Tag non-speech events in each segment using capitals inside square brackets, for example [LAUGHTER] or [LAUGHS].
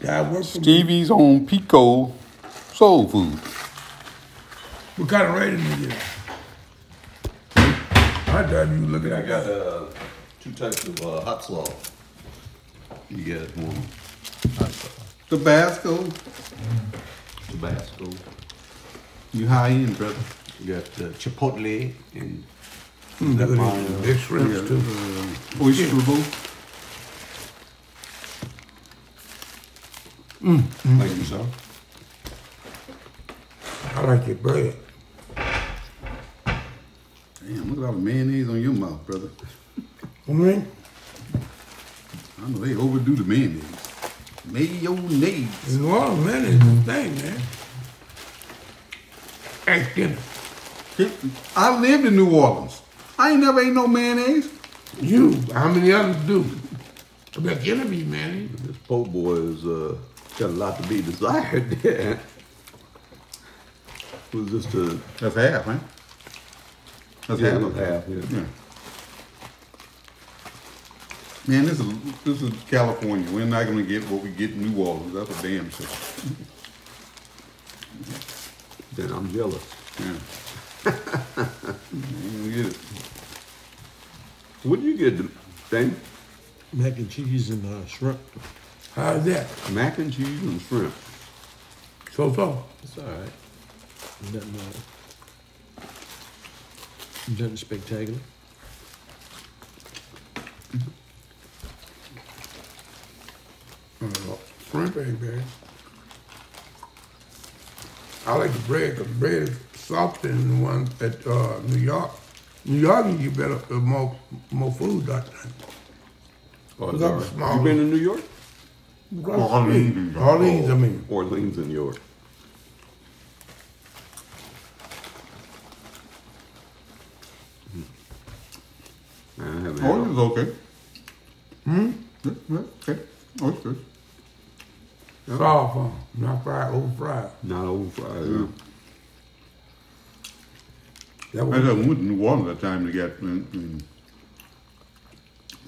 God work for me. Stevie's on Pico Soul Food. What kind of rating is it? I thought you were looking I at got that. uh, two types of uh, hot slaw. You guys want hot slaw, Tabasco. Tabasco. You high end, brother. You got uh, chipotle and Look that at mine. these Big shrimps too. Oyster bowl. like you saw. I like your bread. Damn, look at all the mayonnaise on your mouth, brother. I mean, I know they overdo the mayonnaise. Mayonnaise. there's a lot of men in this thing, man. Ask dinner. I lived in New Orleans. I ain't never ate no mayonnaise. You, how many others do? I bet you be man. This po' boy is uh, got a lot to be desired. [LAUGHS] there. uh, Was just a That's half, man. That's yeah, half. half, half yeah. Yeah. Man, this is this is California. We're not gonna get what we get in New Orleans. That's a damn shame. Then I'm jealous. Yeah. we ain't gonna get it. What do you get, Dane? Mac and cheese and uh, shrimp. How's that? Mac and cheese and shrimp. So so. It's all right. Nothing, uh, nothing spectacular. Mm-hmm. Shrimp ain't bad. I like the bread because bread is softer than the one at uh, New York. New York, you get better uh, more more food, I think. Oh, Look it's up all the right. small You been one. to New York? Orleans. Orleans, I mean. Orleans and York. I haven't had Orange Oh, is okay. Hmm? Yeah, yeah, okay. Oh, it's good. Soft, huh? not fried, old fried. not uh, old fries. That I was know, we went to New Orleans that time to get in, in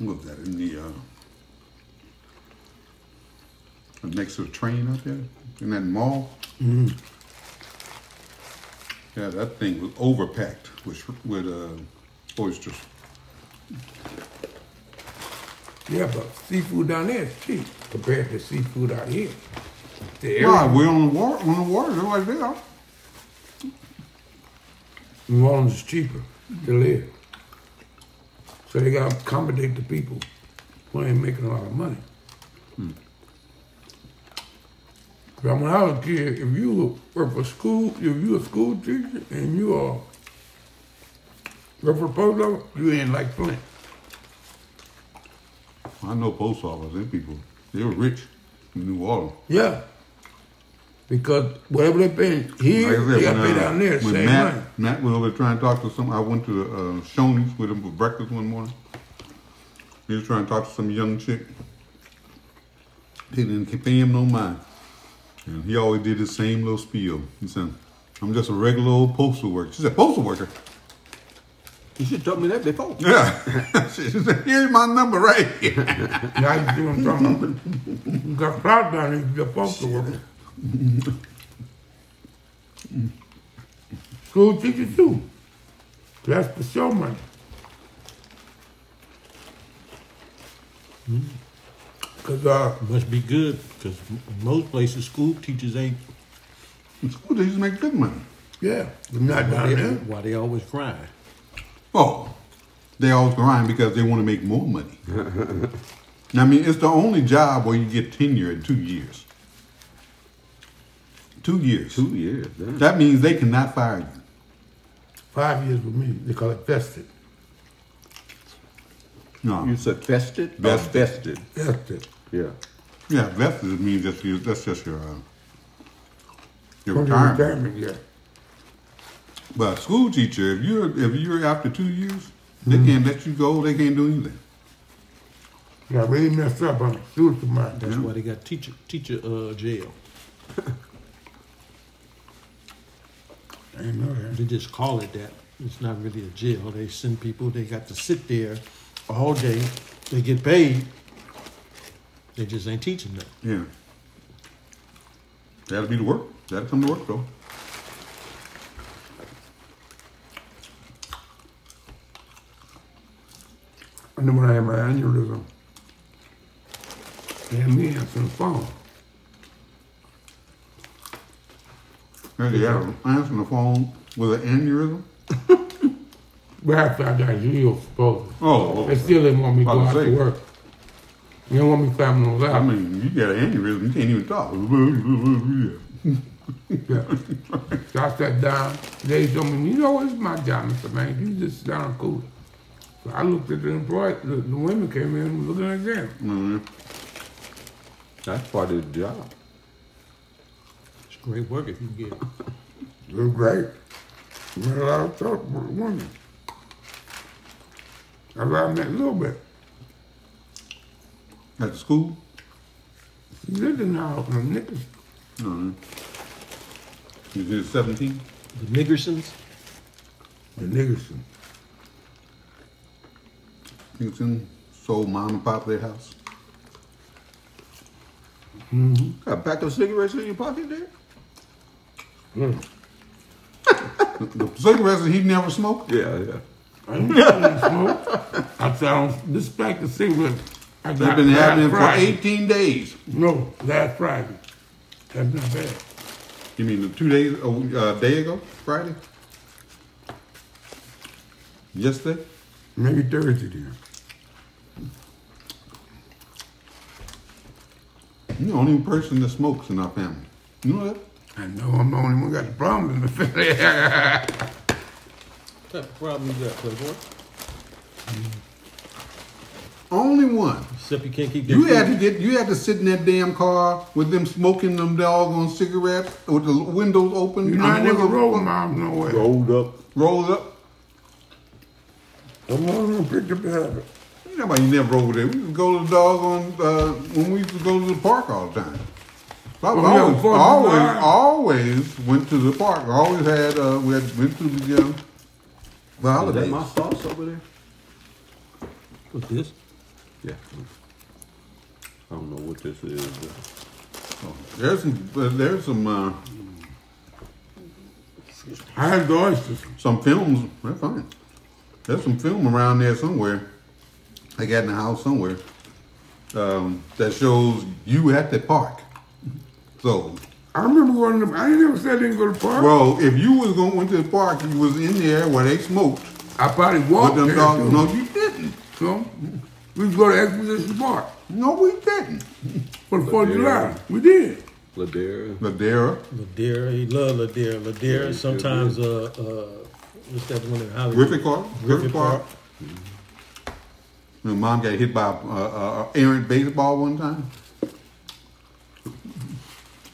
what was that in the uh, next to the train out there in that mall. Yeah, that thing was overpacked with sh- with uh, oysters. yeah, but seafood down there is cheap compared to seafood out here. The area- Why? We're on the water. On the water, they're like they are. New Orleans is cheaper to live. So they gotta accommodate the people who ain't making a lot of money. Hmm. But when I was a kid, if you were for school, if you a school teacher and you are were for post office, you ain't like Flint. I know post office. Them people, they were rich in New Orleans. Yeah. Because whatever they paying here, they gotta pay uh, down there the when same Matt, money. Matt was over there trying to talk to some. I went to uh, Shoney's with him for breakfast one morning. He was trying to talk to some young chick. He didn't pay him no mind, and he always did the same little spiel. He said, "I'm just a regular old postal worker." She said, "Postal worker." [LAUGHS] You should have told me that before. Yeah. [LAUGHS] she said, "Here's my number right here." [LAUGHS] Now you see what I'm talking about. You got proud down there, you're supposed to work. School teachers too. That's for sure money. Cause uh, Must be good because most places school teachers ain't. And School teachers make good money. yeah, I'm not down there. Why they always crying? Oh, they always grind because they want to make more money. I mean, it's the only job where you get tenure in two years. Two years. Two years. Damn. That means they cannot fire you. Five years with me, they call it vested. No. You said fested? Oh, Vested. Vested. Vested. Yeah. yeah, vested means that's, your, that's just your uh, your From your retirement. retirement, yeah. But a school teacher, if you're if you're after two years, they can't let you go. They can't do anything. Yeah, I really messed up on the students of mine. That's why they got teacher teacher uh, jail. I ain't know that. They just call it that. It's not really a jail. They send people. They got to sit there all day. They get paid. They just ain't teaching them. Yeah. That'll be the work. That'll come to work though. And then when I had my aneurysm, they had me answering the phone. Now they had answering the phone with an aneurysm. But after I got healed, supposedly. Oh, They still didn't want me to go About out to say. to work. They didn't want me clapping those I out. mean, you got an aneurysm. You can't even talk. Yeah. So I sat down. They told me, you know, it's my job, Mr. Banks. You just sit down and cool. So I looked at the employee. The, the women came in and was looking at them. That's part of the job. It's great work if you can get it. It was great. Met a lot of tough women. That's how I met a little bit. At the school? She lived in the house on Nicholson. No. You did 17? The Niggersons, The Nicholson. You seen sold mom and pop their house? Mm-hmm. Got a pack of cigarettes in your pocket there? Yeah. Mm. [LAUGHS] The cigarettes that he never smoked? Yeah, yeah. I didn't smoke. I found this pack of cigarettes. I They've got been last having it for Friday. 18 days. No, last Friday. That's not bad. You mean the two days, a w- uh, day ago? Friday? Yesterday? Maybe Thursday then. You're the only person that smokes in our family. You know that? I know I'm the only one got the problem in the [LAUGHS] family. that problem you got, Playboy. Only one. Except you can't keep that. You food. had to get. You had to sit in that damn car with them smoking them doggone cigarettes with the windows open. you know, I mean, never was it- rolled my arms nowhere. Rolled up. Rolled up. I'm only gonna pick up the habit. You know, you never rolled there. We used to go to the doggone uh, when we used to go to the park all the time. So I was Well, we had always, fun always, in line. always went to the park. I always had. Uh, we had went to the. Uh, the Is that holidays. my sauce over there? What's this? Yeah. I don't know what this is. but- There's some. Uh, there's some. Uh, I had the oysters. some films. They're fine. There's some film around there somewhere. I got in the house somewhere um, that shows you at the park. So, I remember going to the, I ain't never said I didn't go to the park. bro, if you was going went to the park, you was in there where they smoked I probably with walked them there. dogs. too. No, you didn't. So, we used to go to Exposition Park No, we didn't. for the 4th of yeah. July. We did. Ladera. Ladera, Ladera, he loved Ladera. Ladera, sometimes, uh, uh, what's that one in Hollywood? Griffith Park, Griffith Park. My mom got hit by a, a, a errant baseball one time.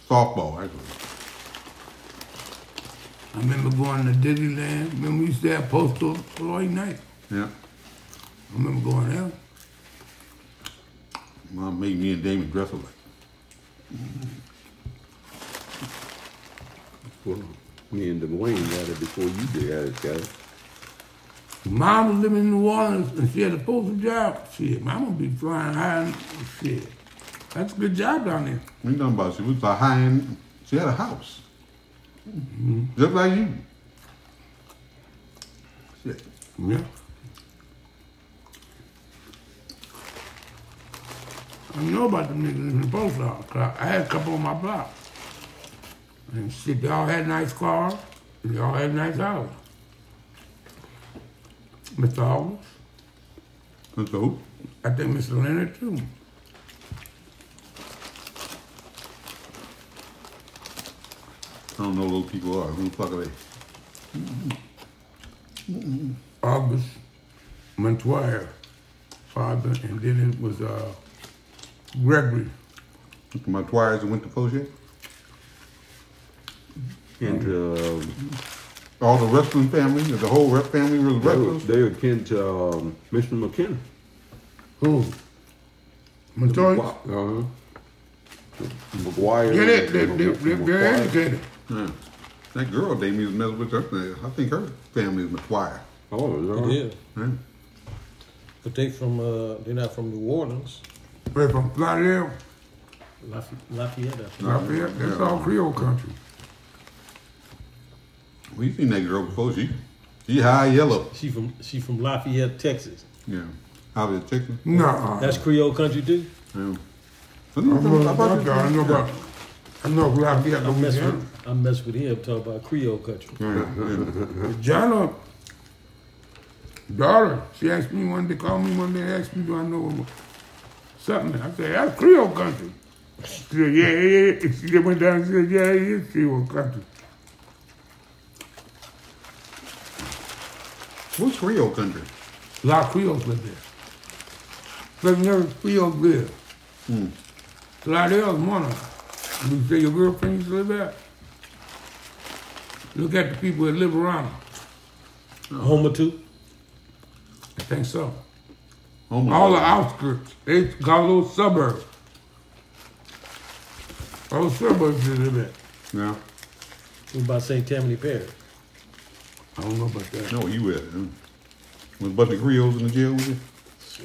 Softball, actually. I remember going to Disneyland. Remember we used to have postal Floyd night. Yeah. I remember going there. Mom made me and Damon dress alike. Well, me and Dwayne got it before you did got it, guys. Mom was living in New Orleans and she had a postal job. Shit, mama be flying high and shit. That's a good job down there. We talking about she was a high end. She had a house, Mm-hmm. just like you. Shit. Yeah. I know about them niggas in the post office. 'cause I had a couple on my block. And shit, they all had nice cars. And they all had nice houses. Mr. August. That's the hoop. I think Mr. Leonard too. I don't know who those people are. Who the fuck are they? August Montoya, father, and then it was uh, Gregory. Mr. My twires that went to post yet? And um, All the wrestling family, the whole rep family was they, were, wrestlers. they were kin to um, Mr. McKenna. Who? Montoya? Uh-huh. McGuire. Yeah, they, they, they, they, they're McGuire. educated. Yeah. That girl Damien was messing with her. I think her family is McGuire. Oh, is that right? Yeah, Yeah. but they from, uh, they're not from New Orleans. They're from Florida. Lafay- Lafayette. I think. Lafayette, that's all Creole country. We seen that girl before. She, she high yellow. She from she from Lafayette, Texas. Yeah. How was chicken? Nuh-uh. That's Creole country too. Yeah. I'm from America. I know about, I know Lafayette, I mess Louisiana. with I mess with him talking about Creole country. Jana, daughter, she asked me one day, called me one day, asked me, do I know him? something? I said, that's Creole country. She said, yeah, yeah, yeah. She just went down and said, yeah, it is Creole country. What's Creole country? A lot of Creoles live there. But never Creoles live. A lot of else want to. You say your girlfriend used to live there? Look at the people that live around her. Homer too. I think so. Oh my All the God. outskirts. They call those suburbs. All suburbs is a bit. Yeah. What about St. Tammany Parish? I don't know about that. No, you were. Mm. Was a bunch of Creoles in the jail with you?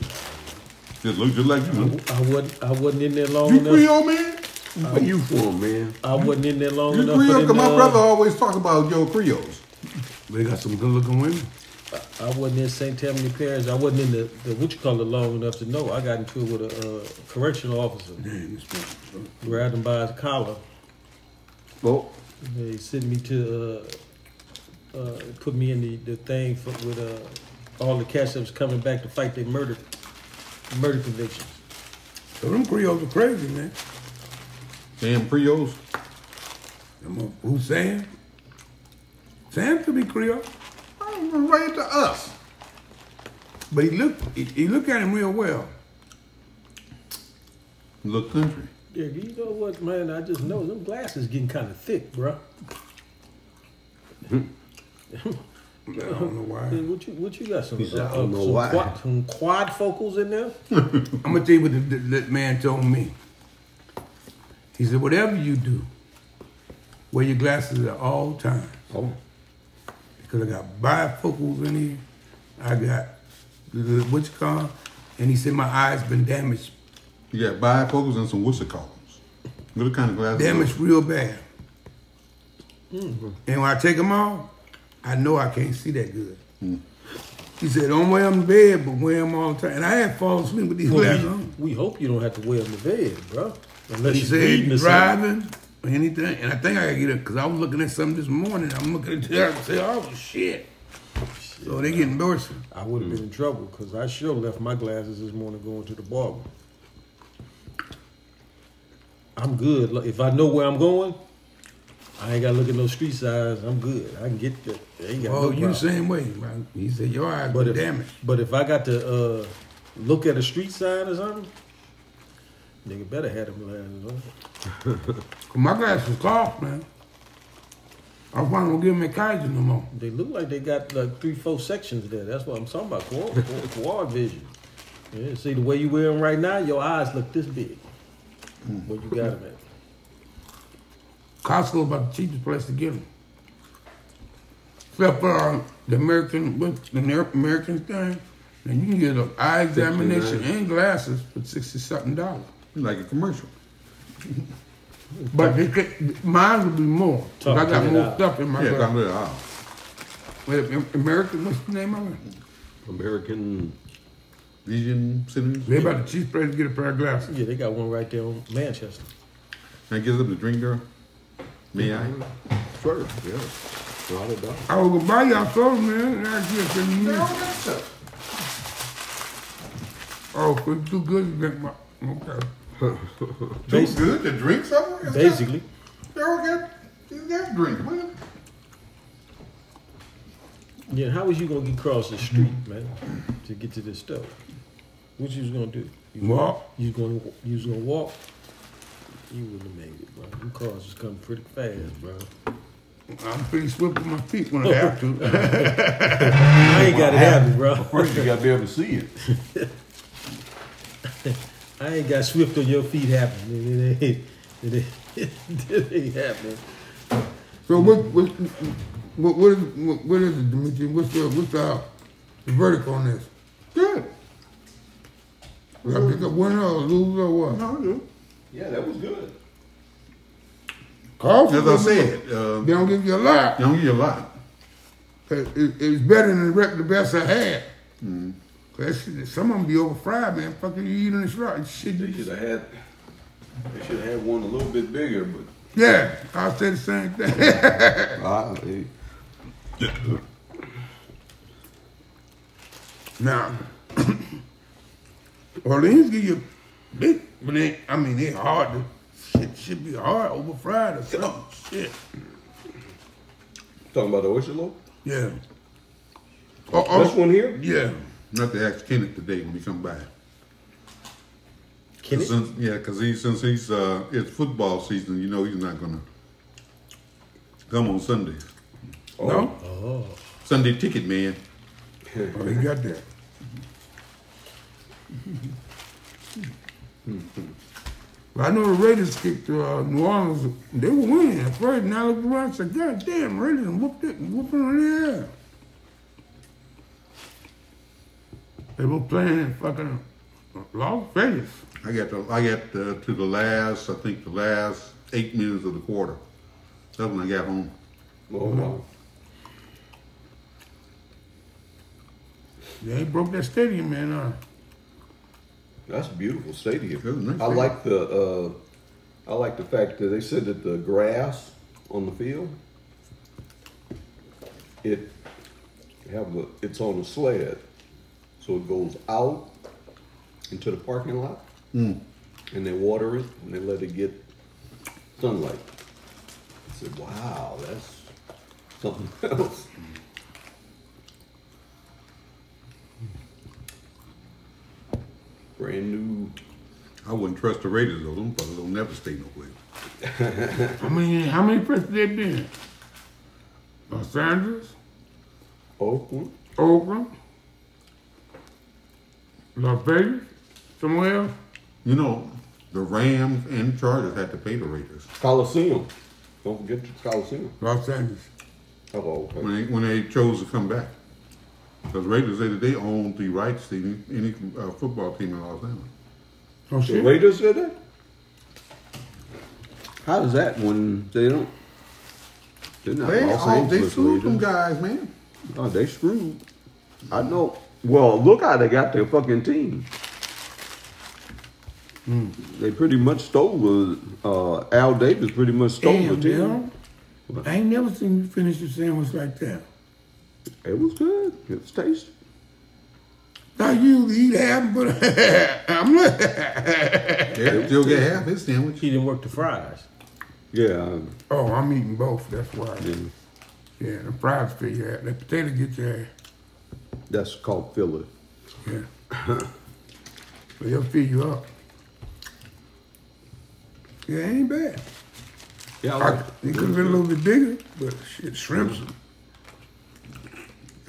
Just look just like you. I wasn't I wasn't in there long You enough. Creole man? Where you from, man? I wasn't in there long You enough. for Creole? them, Cause my uh, brother always talk about your Creoles. They got some good looking women. I wasn't in St. Tammany Parish. I wasn't in the, the what you call it long enough to know. I got into it with a uh, correctional officer. Mm-hmm. Grabbed him by his collar. Oh, They sent me to uh, uh, put me in the, the thing for, with uh, all the cats that was coming back to fight their murder murder convictions. So them Creoles are crazy, man. Damn Creoles. Them a- Hussein. Sam could be Creole. Right to us. But he looked he, he looked at him real well. Little country. Yeah, you know what, man? I just know them glasses getting kind of thick, bruh. I don't know why. Man, what you what you got some? said, uh, "I don't uh, know some why." Quad, some quad focals [LAUGHS] in there. I'm gonna tell you what the, the, that man told me. He said, "Whatever you do, wear your glasses at all times. Oh. Because I got bifocals in here. I got the, the, what you call? And he said my eyes been damaged, You got bifocals and some what's it called? What kind of glasses? damaged real bad. Mm-hmm. And when I take them off, I know I can't see that good." Mm. He said, "Don't wear them in bed, but wear them all the time." And I had fallen asleep with these glasses Well, on. we, we hope you don't have to wear them to bed, bruh. Unless He you're said reading you or something. driving or anything, and I think I gotta get up because I was looking at something this morning. I'm looking at that and say, "Oh shit!" So they get embarrassing. I would have been in trouble because I sure left my glasses this morning going to the barber. I'm good. Look, If I know where I'm going, I ain't got to look at no street signs. I'm good. I can get there. Ain't got Oh, no you problem. same way. man. He said your eyes But were if, damaged. but if I got to uh, look at a street sign or something, nigga better have them glasses on. 'Cause My glasses cost, man. I probably don't give me Kaiser no more. They look like they got like three, four sections there. That's what I'm talking about. Quad, quad, quad vision. Yeah, see the way you wear them right now, your eyes look this big. Mm-hmm. Where you got them at? Costco about the cheapest place to get them. Except for uh, the American, what's the Amer- American thing, and you can get an eye examination and glasses for sixty something dollars. Like a commercial. But they could, mine would be more. 'cause I got Talking more about- stuff in my Yeah, yeah, down there. Oh. American, what's the name of it? American. Vision cinemas. They about the cheap place to get a pair of glasses. Yeah, they got one right there on Manchester. Can I get them to drink, girl? May I? Sure, yeah. Not a dollar. I was gonna buy y'all some, man, and I get some new. Oh, it's too good to drink my, okay. Basi- good to drink somewhere? Is basically, that- Girl, get, get that drink, man. yeah. How was you gonna get across the street, Mm-hmm. man, to get to this stuff? What you was gonna do? You was- Walk. You was gonna you was gonna walk. You wouldn't have made it, bro. Them cars was coming pretty fast, bro. I'm pretty swift with my feet when I have to. I ain't got it happen, bro. First, you gotta be able to see it. I ain't got swift on your feet happening. [LAUGHS] It ain't, it ain't, it ain't happening. [LAUGHS] So what, what, what, what is, what, what is it, Dimitri? What's the, what's the, uh, the verdict on this? Good. Will I pick up one or lose or what? No, good. Yeah, that was good. Coffee. As I said, uh, They don't give you a lot. they don't give you a lot. It, it- it's better than the, rest- the best I had. That shit, some of them be over fried, man. Fuck you eating this right shit. They should have had. They should have had one a little bit bigger, but Yeah, I said the same thing. [LAUGHS] I, it, now, [COUGHS] Orleans give you, they, but they, I mean, they hard. To, shit should be hard over fried or something. Shit. talking about the oyster loaf. Yeah. Oh, oh, This one here. Yeah. Not to ask Kenneth today when we come by. Can it? Since, yeah, because he, since he's uh, it's football season, you know he's not gonna come on Sunday. No? Oh, Sunday ticket man. Oh, he got that. But I know the Raiders kicked uh, New Orleans. They were winning at first. Now I looked around and said, God damn, Raiders done whooped it and whooping on their ass. They were playing in fucking Las Vegas. I got to, I got uh, to the last, I think the last eight minutes of the quarter. That's when I got home. Oh, wow. They ain't broke that stadium, man. Uh, That's a beautiful It was a stadium. nice I stadium. like the. Uh, I like the fact that they said that the grass on the field. It have a, it's on a sled, so it goes out into the parking lot, and they water it and they let it get sunlight. I said, "Wow, that's something [LAUGHS] else." Brand new I wouldn't trust the Raiders though. Them fellas don't never stay nowhere. how many how many places they been? Los Angeles? Oakland. Oakland, Las Vegas, somewhere else. You know, the Rams and Chargers had to pay the Raiders Coliseum. Don't forget the Coliseum. Los Angeles. Hello. when they, when they chose to come back. Because Raiders say that they own the rights to any, any uh, football team in Los Angeles. Oh The shit. Raiders did that? How does that when they don't? They're not They, Los all, they Angeles sued them Raiders. guys, man. Oh, they screwed. I know. Well, look how they got their fucking team. They pretty much stole the. Uh, Al Davis pretty much stole Damn, the team. Bill. I ain't never seen you finish your sandwich like that. It was good. It was tasty. Thought you would eat half, but [LAUGHS] I'm not. Yeah, still get half his sandwich. he didn't work the fries. Yeah. oh, I'm eating both. That's why. I- Yeah, the fries fill your ass. The potato get your ass. That's called Philly. Yeah. [LAUGHS] but they'll fill you up. Yeah, it ain't bad. Yeah. I, it could have been a little bit bigger, but shit, shrimps.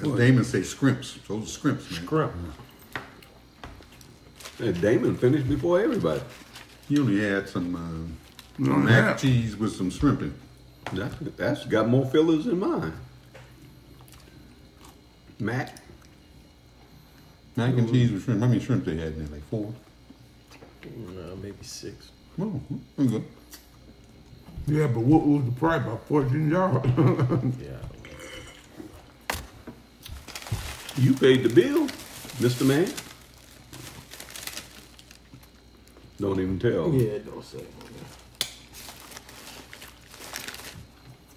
As Damon say, scrimps. Those are scrimps, man. Crump. And Damon finished before everybody. You only had some You uh, know, mac now- and cheese with some shrimp in. it. That's, that's got more fillers than mine. Mac, Mac and cheese with shrimp. How many shrimp they had in there? Like four? No, maybe six. Oh, that's good. Yeah, but what was the price? About fourteen dollars. [LAUGHS] Yeah. I don't know. you paid the bill, Mr. Man. Don't even tell. Yeah, it don't say.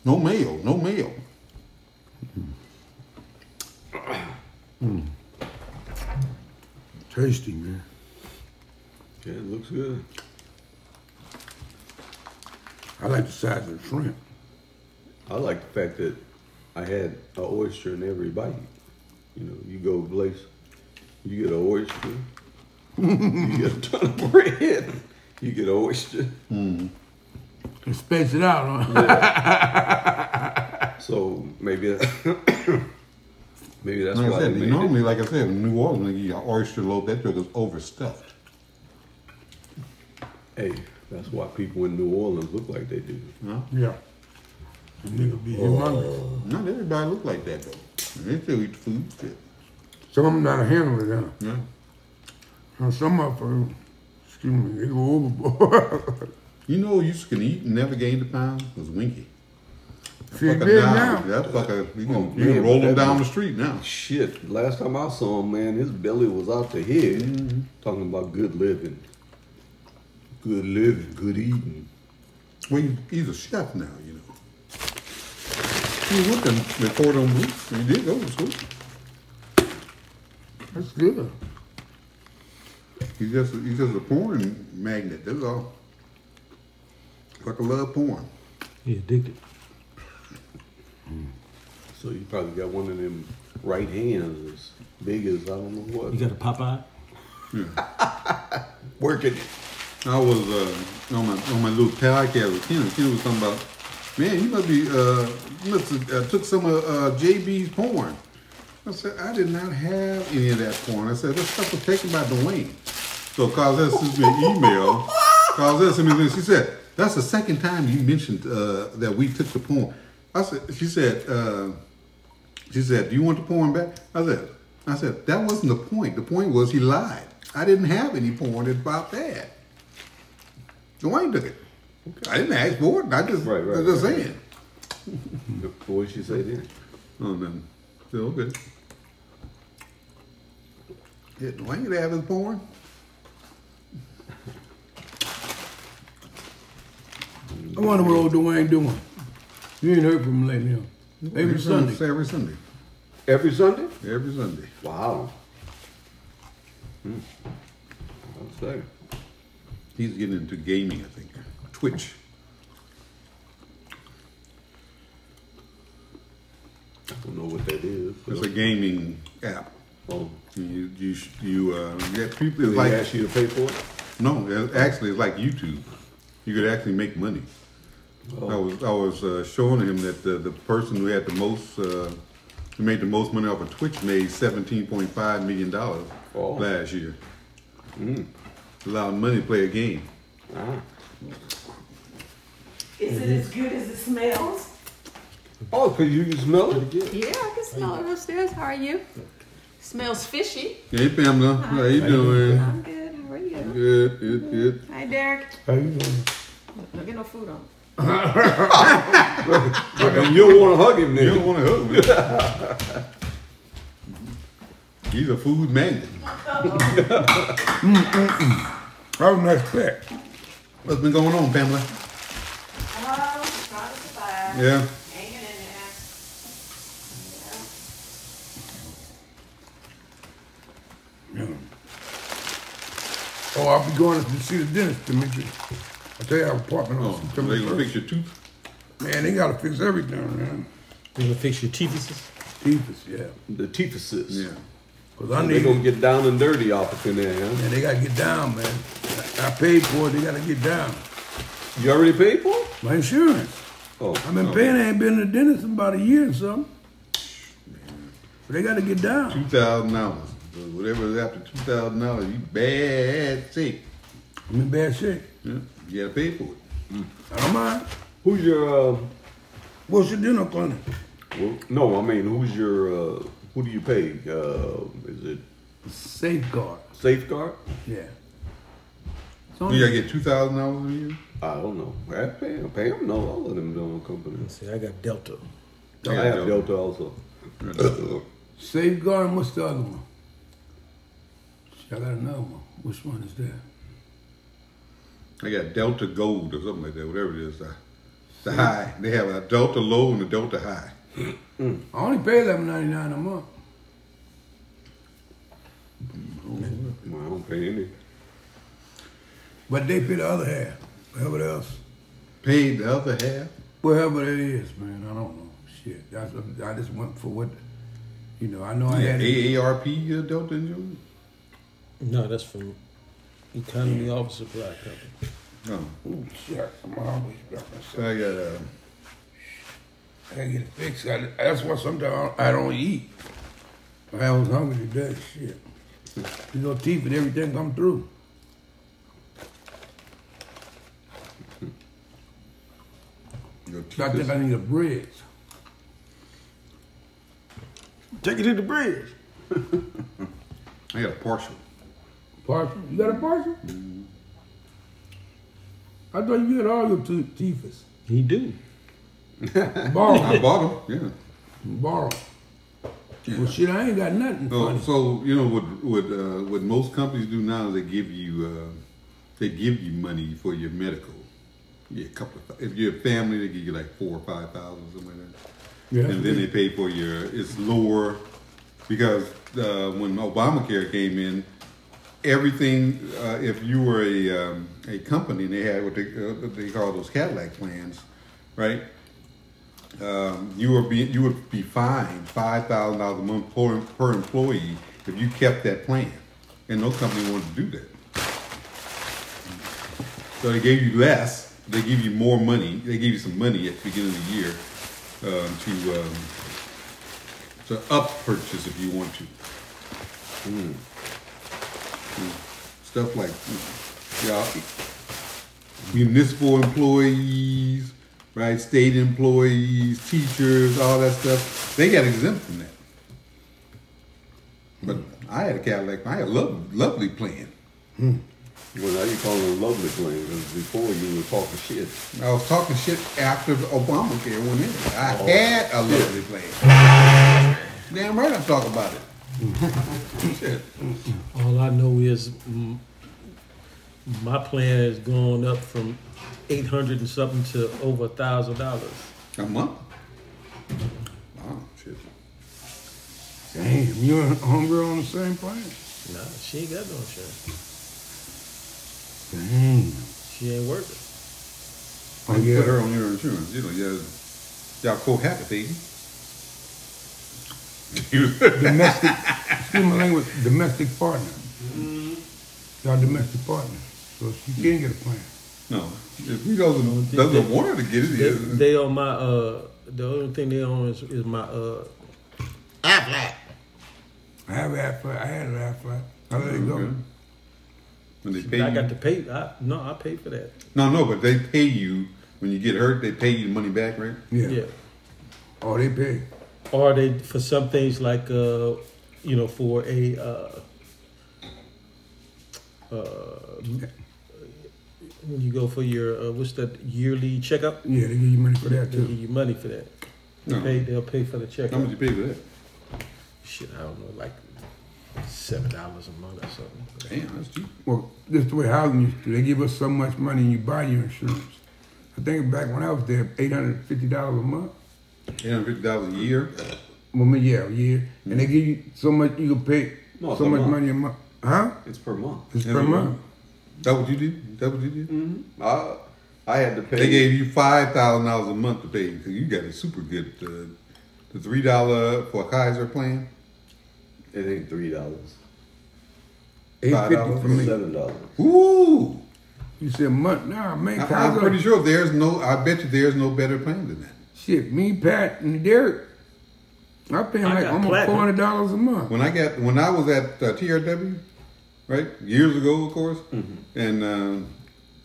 No mayo, no mayo. Tasty, man. Yeah, it looks good. I like the size of the shrimp. I like the fact that I had an oyster in every bite. You know, you go to a place, you get an oyster, [LAUGHS] you get a ton of bread, you get an oyster. And space it out, huh? So maybe, [COUGHS] maybe that's Like why I they said, made it. normally, like I said, in New Orleans, they give you an oyster loaf. That joke is overstuffed. Hey, that's why people in New Orleans look like they do. Yeah. Oh. The nigga be humongous. Not everybody look like that, though. They still eat the food still. Some of them not handle it, huh? Yeah. And some of them, Excuse me, they go overboard. [LAUGHS] You know who used to can eat and never gain the pound? Was Winky. See, Fucker big now, now. That fucker, you can, Oh, you can man, roll him that down man- the street now. Shit, last time I saw him, man, his belly was out to here. Mm-hmm. Talking about good living. Good living, good eating. Well, he- he's a chef now, you know. He was working with Cordon Bleu. He did go to school. That's good. He's just, he's just a porn magnet, that's all. Fucker love porn. He addicted. So you probably got one of them right hands as big as I don't know what. You got a Popeye? working it. I was uh, on my on my little podcast with Ken. Ken was talking about, man, you must be uh, you must have, uh, took some of uh, JB's porn. I said I did not have any of that porn. I said that stuff was taken by Dwayne. So Cosette sent me an email. Cosette sent me this. She said that's the second time you mentioned uh, that we took the porn. I said she said. Uh, she said, "Do you want the porn back?" I said, "I said that wasn't the point. The point was he lied. I didn't have any porn that Bob had. Dwayne took it. I didn't ask for it. I just, Right, right, I just right. saying. What did she say then? Oh no, still good. Yeah, Dwayne could have his porn. I wonder what old Dwayne doing. You ain't heard from him lately. huh? Every Sunday. every Sunday, Every Sunday? every Sunday. Wow. Hmm. I'll say. He's getting into gaming, I think. Twitch. I don't know what that is. It's a gaming app. oh, You you you uh, get people. It's did they like ask you to pay for it? No, it- actually, it's like YouTube. You could actually make money. I was I was uh, showing him that the, the person who had the most uh, who made the most money off of Twitch made seventeen point five million dollars Oh. last year. A lot of money to play a game. Ah. Is Mm-hmm. it as good as it smells? Oh, because you can smell it? Yeah, I can smell it upstairs. How are you? Smells fishy. Hey Pamela, how you doing? I'm good. How are you? Good, good, good. Hi, Derek. How you doing? Don't get no food on. And you don't want to hug him You then. don't want to hug me. He's a food magnet. I was not expect. What's been going on, Pamela? Oh, trying to survive. Yeah. Hanging in there. Oh, I'll be going to see the dentist, Dimitri. I tell you, our apartment on Oh, they September gonna 1st. fix your tooth? Man, they gotta fix everything, man. You gonna fix your teeth? Teeth, yeah. The teethuses. Yeah. Cause I They're need. going to get down and dirty off in there, huh? Man, they gotta get down, man. I I paid for it. They gotta get down. You already paid for it? My insurance. Oh, I've been paying. I ain't been to the dentist in about a year or something. But they gotta get down. two thousand dollars. Whatever is after two thousand dollars, you bad sick. I'm in bad shape. Yeah. You gotta pay for it. I don't mind. who's your, uh, What's your dental clinic? well, no, I mean, who's your, uh, who do you pay? Uh, is it Safeguard. Safeguard? Yeah. You gotta get two thousand dollars a year. I don't know. I pay him. Pay him? No, all of them don't companies. See, I got Delta. I Yeah, have Delta. Delta also. Safeguard. and What's the other one? Shit, I got another one. Which one is that? I got Delta Gold or something like that. Whatever it is, uh, the high. They have a Delta Low and a Delta High. I only pay eleven ninety nine a month. Well, I don't pay any. But they pay the other half. Whatever else. Paid the other half. Wherever it is, man, I don't know. Shit, that's, I just went for what, you know. I know I Yeah, had it. AARP uh, Delta Insurance. No, that's from Economy Office Supply Company. No, Ooh, shit, I'm always back so Oh. I got uh, I gotta get it fixed. I, that's why sometimes I don't eat. I was hungry today. Shit, you know, teeth and everything come through. your teeth. So I think I need a bridge. Take it to the bridge. I got a partial. Partial? You got a partial? I thought you had all your te- teethers. He do. I Borrow, [LAUGHS] bought them. borrow. Yeah. Oh. Well, shit, I ain't got nothing So, funny. so you know what what uh, what most companies do now is they give you uh, they give you money for your medical. Yeah, a couple of if you're a family they give you like four or five thousand something like that. Yeah. and then they pay for your it's lower because uh, when Obamacare came in, everything uh, if you were a um, a company they had what they uh, what they call those Cadillac plans, right? Um, you were be you would be fined five thousand dollars a month per, per employee if you kept that plan, and no company wanted to do that. So they gave you less. They give you more money. They gave you some money at the beginning of the year um, to um, to up purchase if you want to. Mm. Stuff like you know, y'all municipal employees, right? State employees, teachers, all that stuff. They got exempt from that. But I had a Cadillac. I had a lov- lovely plan. Well, now you call it a lovely plane because before you were talking shit. I was talking shit after the Obamacare went in. I had a lovely plan. Damn right I'm talking about it. shit. All I know is mm, my plan has gone up from eight hundred and something to over a thousand dollars. A month? Wow, shit. Damn, you and homegirl on the same plane? Nah, she ain't got no insurance. Damn. She ain't working. Oh, you put yeah. her on your insurance. You know, y'all, y'all [LAUGHS] cohabitating. Domestic, excuse my language, domestic partner. Mm-hmm. Y'all domestic partner. So she can't get a plan. No. If he doesn't, doesn't want her to get it, he They, doesn't. they on my uh the only thing they own is, is my uh I have an app flat. I had an app flat. I let it go. Okay. When they pay I you. got to pay I no, I pay for that. no, no, but they pay you when you get hurt. They pay you the money back, right? Yeah. Yeah. Oh, they pay. Or they for some things like uh you know, for a uh uh when you go for your uh, what's that yearly checkup? Yeah, they give you money for that They'll give too. you money for that. They No. pay, they'll pay for the check. How much you pay for that? Shit, I don't know, like seven dollars a month or something. Damn, that's cheap. Well, this is the way housing used to. They give us so much money and you buy your insurance. I think back when I was there, eight hundred and fifty dollars a month. Eight hundred fifty dollars a year. Well, I mean, yeah, yeah. And they give you so much you can pay No, it's so a much month. money a month. Huh? It's per month. It's Yeah, per we- month. That what you did? That what you did? I I had to pay. They gave you five thousand dollars a month to pay because you got a super good uh, the three dollar for Kaiser plan. it ain't three dollars. Eight fifty dollars for me. Seven dollars. Ooh, You said month. Nah, man, I, Kaiser. am pretty sure there's no. I bet you there's no better plan than that. Shit, me, Pat, and Derek. I pay I like got almost four platinum. hundred dollars a month. When I got when I was at uh, TRW, right years ago, of course, and um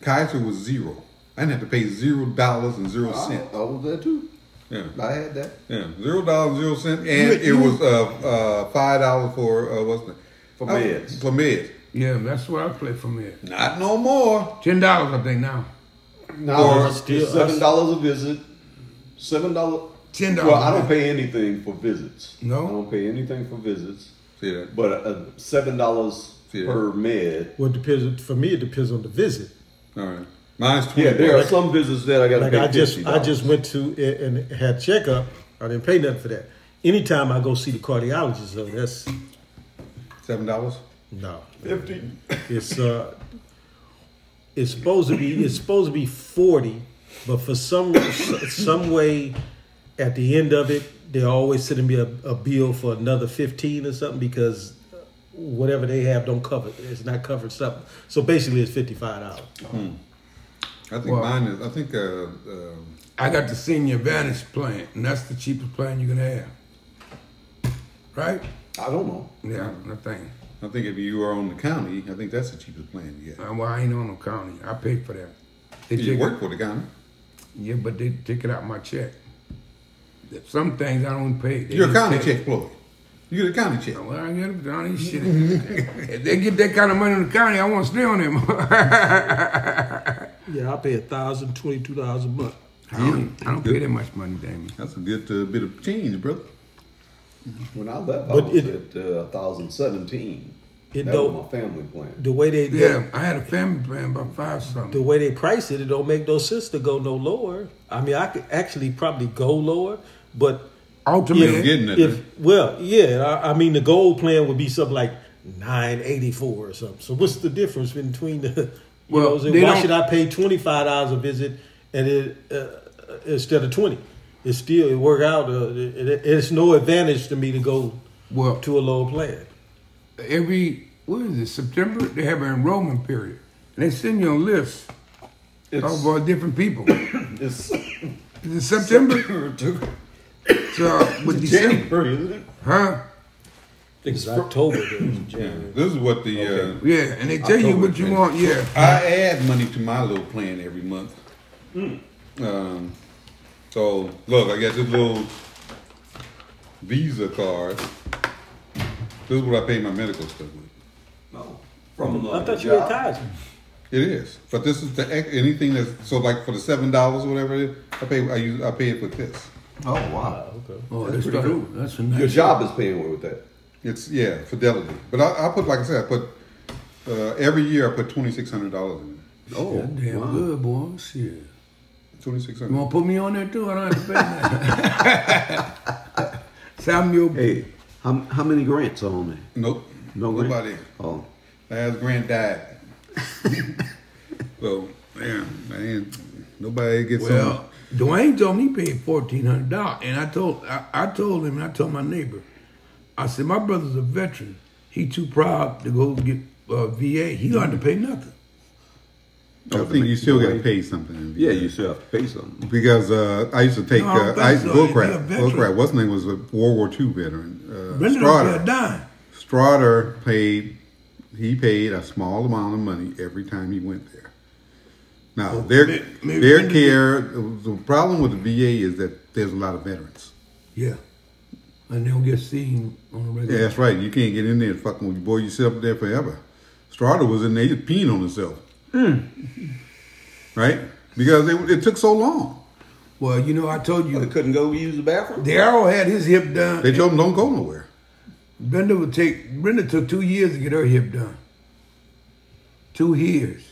Kaiser was zero. I didn't have to pay zero dollars and zero I, cents. I was there too. Yeah, I had that. yeah, zero dollars zero cents, and it was uh, uh, five dollars for uh, what's the For I- meds. For meds, Yeah, that's what I play for me. not no more. Ten dollars, I think now. No, Or- it's just seven dollars a visit. Seven dollar. Ten dollars. Well, I don't pay anything for visits. No? I don't pay anything for visits. See that? But uh, seven dollars Yeah. per med. Well, it depends for me. It depends on the visit. All right. Mine's 20 Yeah, there are some visits that I got to Like pay I just, fifty I just went to a- and had checkup. I didn't pay nothing for that. Anytime I go see the cardiologist, though, that's Seven dollars. no. fifty. It's uh, it's supposed to be it's supposed to be forty, but for some some way, at the end of it, they always sending me a, a bill for another fifteen or something because whatever they have don't cover it. It's not covered something. So basically, it's fifty five dollars. I think Wow. mine is. I think. Uh, um I got the senior advantage plan, and that's the cheapest plan you can have. Right? I don't know. Yeah, I think. I think if you are on the county, I think that's the cheapest plan you get. Uh, Well, I ain't on no county. I pay for that. They You take work for the county. Yeah, but they take it out my check. Some things I don't pay. They You're a just county take- check employee. You get a county check. Well, I get down these shit. [LAUGHS] [LAUGHS] if they get that kind of money in the county, I want to stay on them. Yeah, I pay a thousand twenty-two dollars a month. I don't, I don't pay that much money, Damien. That's a good uh, bit of change, brother. When I left, I But was it- at uh, 1,017. It that don't- was my family plan. The way they Yeah, I had a family plan about five something. the way they price it, it don't make no sense to go no lower. I mean, I could actually probably go lower, but Ultimately, if, getting it, if man. well, yeah, I, I mean, the gold plan would be something like nine eighty four or something. So what's the difference between the? [LAUGHS] You Well, know, what I'm they saying? why don't- should I pay twenty five dollars a visit and it uh, instead of twenty? It's still it work out. Uh, it, it- it's no advantage to me to go Well- to a lower plan. every what is it September they have an enrollment period. And they send you a list Oh, of It's, all different people. it's Is it September to to with December? [LAUGHS] January, isn't it? Huh? It's October, then, January. This is what the uh, Yeah, and they tell you October, what you man. want. Yeah, I add money to my little plan every month. Hmm. Um, so look, I got this little Visa card. This is what I pay my medical stuff with. No. From uh, I thought the you were job. retired. It is, but this is the ex- anything that's so like for the seven dollars whatever it is, I pay I use I pay it with this. Oh, wow. Okay. Oh, That's that's, pretty that's, cool. that's a Your nice. job is paying away with that. It's yeah, fidelity. But I, I put like I said, I put uh, every year I put twenty six hundred dollars in it. Oh, damn good, boy. Shit. Twenty six You hundred. want to put me on there, too? I don't [LAUGHS] have to pay [LAUGHS] that. Samuel. Hey, how, how many grants are on there? Nope. No grant? Nobody. Oh, Last grand died. so man, man, nobody gets Well, Dwayne told me he paid fourteen hundred dollars, and I told I, I told him, and I told my neighbor, I said my brother's a veteran. He too proud to go get uh, VA. He don't have to pay nothing. some. I think you still got to pay something. in yeah, Visa. you still have to pay something. Because uh, I used to take No, I don't uh, think I used to so. He'd be a bullcrap. veteran. Bullcrap. What's his name was a World War II veteran. Uh, Really don't pay a Strader. dime. Strader paid. He paid a small amount of money every time he went there. Now their may- maybe their individ- care. The problem with the VA is that there's a lot of veterans. Yeah, and they'll get seen on the Yeah, regular. that's right. You can't get in there and fucking boy yourself there forever. Strader was in there just peeing on himself. Hmm. Right? Because it, it took so long. Well, you know, I told You you, couldn't go use the bathroom? Darrell had his hip done. They told him don't go nowhere. Brenda would take. Brenda took two years to get her hip done. Two years.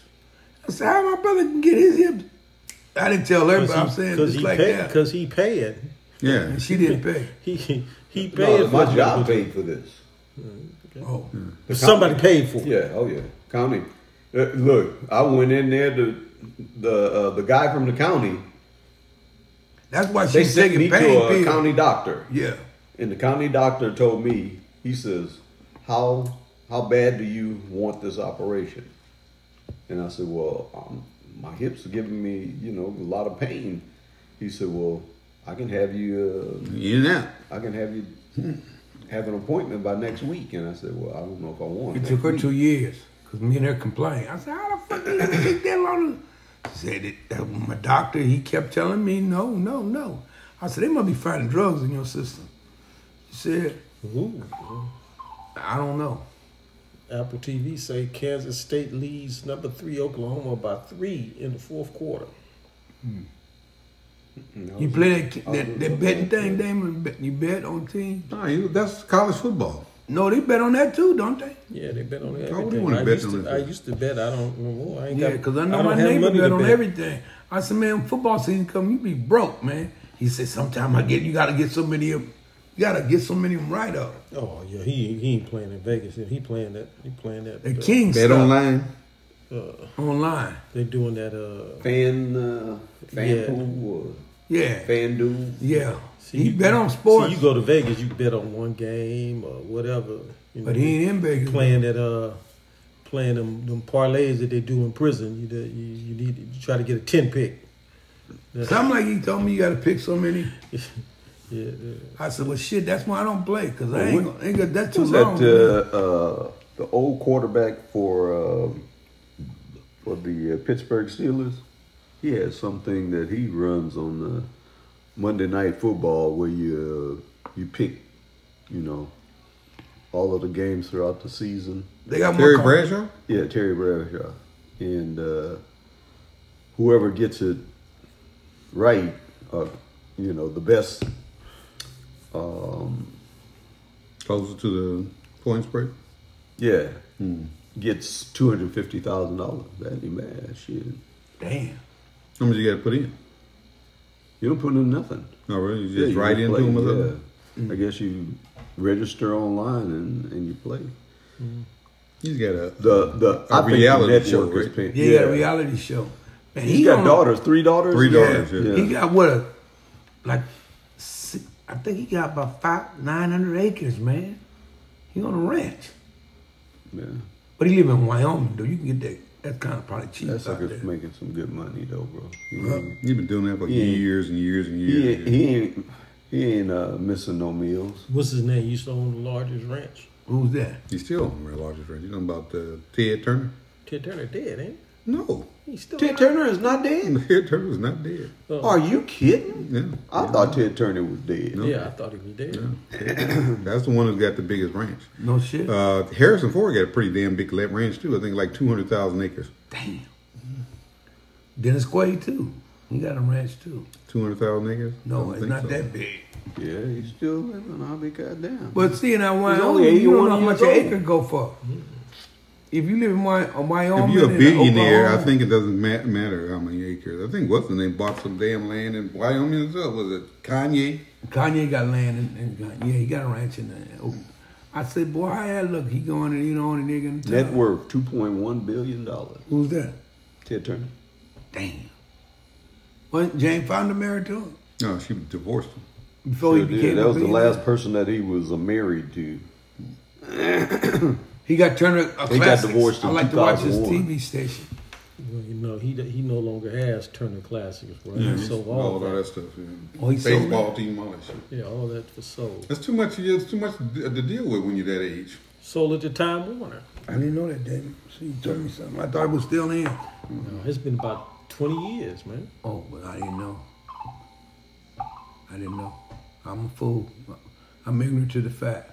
I said, how my brother can get his hip? I didn't tell her, but I'm saying Because just he, like pay, that. 'cause he paying. Yeah. She didn't pay. He he paid No, for my it. job paid for this. [LAUGHS] Oh, Somebody paid for it. Yeah, oh yeah, county. Uh, look, I went in there to the uh, the guy from the county. that's why They she's sent me taking to a pain pills. county doctor, Yeah, and the county doctor told me he says, "How how bad do you want this operation?" And I said, "Well, um, my hips are giving me you know a lot of pain." He said, "Well, I can have you." Uh, In and out. I can have you have an appointment by next week. And I said, Well, I don't know if I want it that. took her two years because me and her complained. I said, how the fuck [COUGHS] did it take that long? She said it, that my doctor. He kept telling me no, no, no. I said they must be finding drugs in your system. She said, Ooh. I don't know. Apple TV say Kansas State leads number three Oklahoma by three in the fourth quarter. You play that Oh, that, that betting thing, Damon? Bet- You bet on team? No, you, that's college football. No, they bet on that too, don't they? Yeah, they bet on Why would everything. you wanna I, bet used on to, I this? used to bet. I don't no more. I ain't Yeah, got- because I know don't my have neighbor money to bet on everything. I said, man, football season come, you be broke, man. He said, sometime I get, you gotta get so many of, you gotta get so many of them right up. Oh yeah, he he ain't playing in Vegas. He playing that. He playing that. The uh, King Bet stuff online. online. They doing that. Uh, Fan, uh, fan Yeah. pool, Yeah, uh, fan dude. yeah. see, he you- bet on sports, See, you go to Vegas, you bet on one game or whatever. You know, but he ain't in Vegas. playing that. Uh, playing them them parlays that they do in prison. You that you, you need to you try to get a ten pick. Something like he told me you gotta pick so many. Yeah, yeah. I said, well, shit, that's why I don't play because I ain't, gonna- ain't got that too Who's long. that, uh, uh, the old quarterback for, um for the uh, Pittsburgh Steelers? He has something that he runs on the Monday Night Football where you, uh, you pick, you know, all of the games throughout the season. they got more Terry com- Bradshaw? Yeah, Terry Bradshaw. And uh, whoever gets it right, uh, you know, the best. Um, Closer to the point spread. yeah, Hmm. gets two hundred fifty thousand dollars. That'd be mad shit. Damn. How much you got to put in? You don't put in nothing. No, really, you Yeah, just you right just into play, them with yeah. them. I guess you register online and, and you play. He's got a The the A I think reality the network show, is right? paying. Yeah, he got a reality show. Man, He's got on- daughters, three daughters. three Yeah. daughters. Yeah. He got what a like. si I think he got about five nine hundred acres, man. He on a ranch, Yeah, but he live in Wyoming though. You can get that. That's kind of probably cheap that out sucker's there. making some good money though, bro. You know? You've been doing that for Yeah. years and years and years. He ain't, he ain't he ain't uh, missing no meals. What's his name? He used to own the largest ranch. Who's that? He's still on Red Lodge's ranch. You talking about uh, Ted Turner? Ted Turner dead, ain't No, [LAUGHS] he? He's still Ted Turner is not dead. Ted Turner was not dead. Oh, Are you kidding? [COUGHS] Yeah, I thought Ted Turner was dead. Yeah, I thought he was dead. that's the one who's got the biggest ranch. No shit. Uh, Harrison Ford got a pretty damn big la- ranch too. I think like two hundred thousand acres. Damn. Dennis Quaid too. He got a ranch too. Two hundred thousand acres. I No, don't it's think not so. that big. Yeah, he's still living. I'll be goddamn. But seeing how He's Wyoming, only you don't know 81 how much years an old. acre go for. If you live in Wy- uh, Wyoming, If you're and a billionaire, I Oklahoma- think it doesn't ma- matter how many acres. I think what's the name bought some damn land in Wyoming itself. Was it Kanye? Kanye got land and, and yeah, he got a ranch in there. Oh, I said, boy, how that look? He going and you know, and nigga. in Net town. worth two point one billion dollars. Who's that? Ted Turner. Damn. Wasn't Jane Fonda married to him No, she divorced him. before he Sure did. became? a that was the billionaire? last person that he was uh, married to. He got turned. A He got divorced in I like to watch his 2001. TV station. Well, you know, he he no longer has Turner Classics, bro. He He sold all, all, of that. that stuff. yeah. Oh, he sold Baseball team, all that shit. Yeah, all that was sold. That's too much. It's too much to to deal with when you're that age. Sold it to Time Warner. I didn't know that, David. See, you told me something. I thought it was still in. Now, it's been about twenty years, man. Oh, but I didn't know. I didn't know. I'm a fool. I'm ignorant to the fact,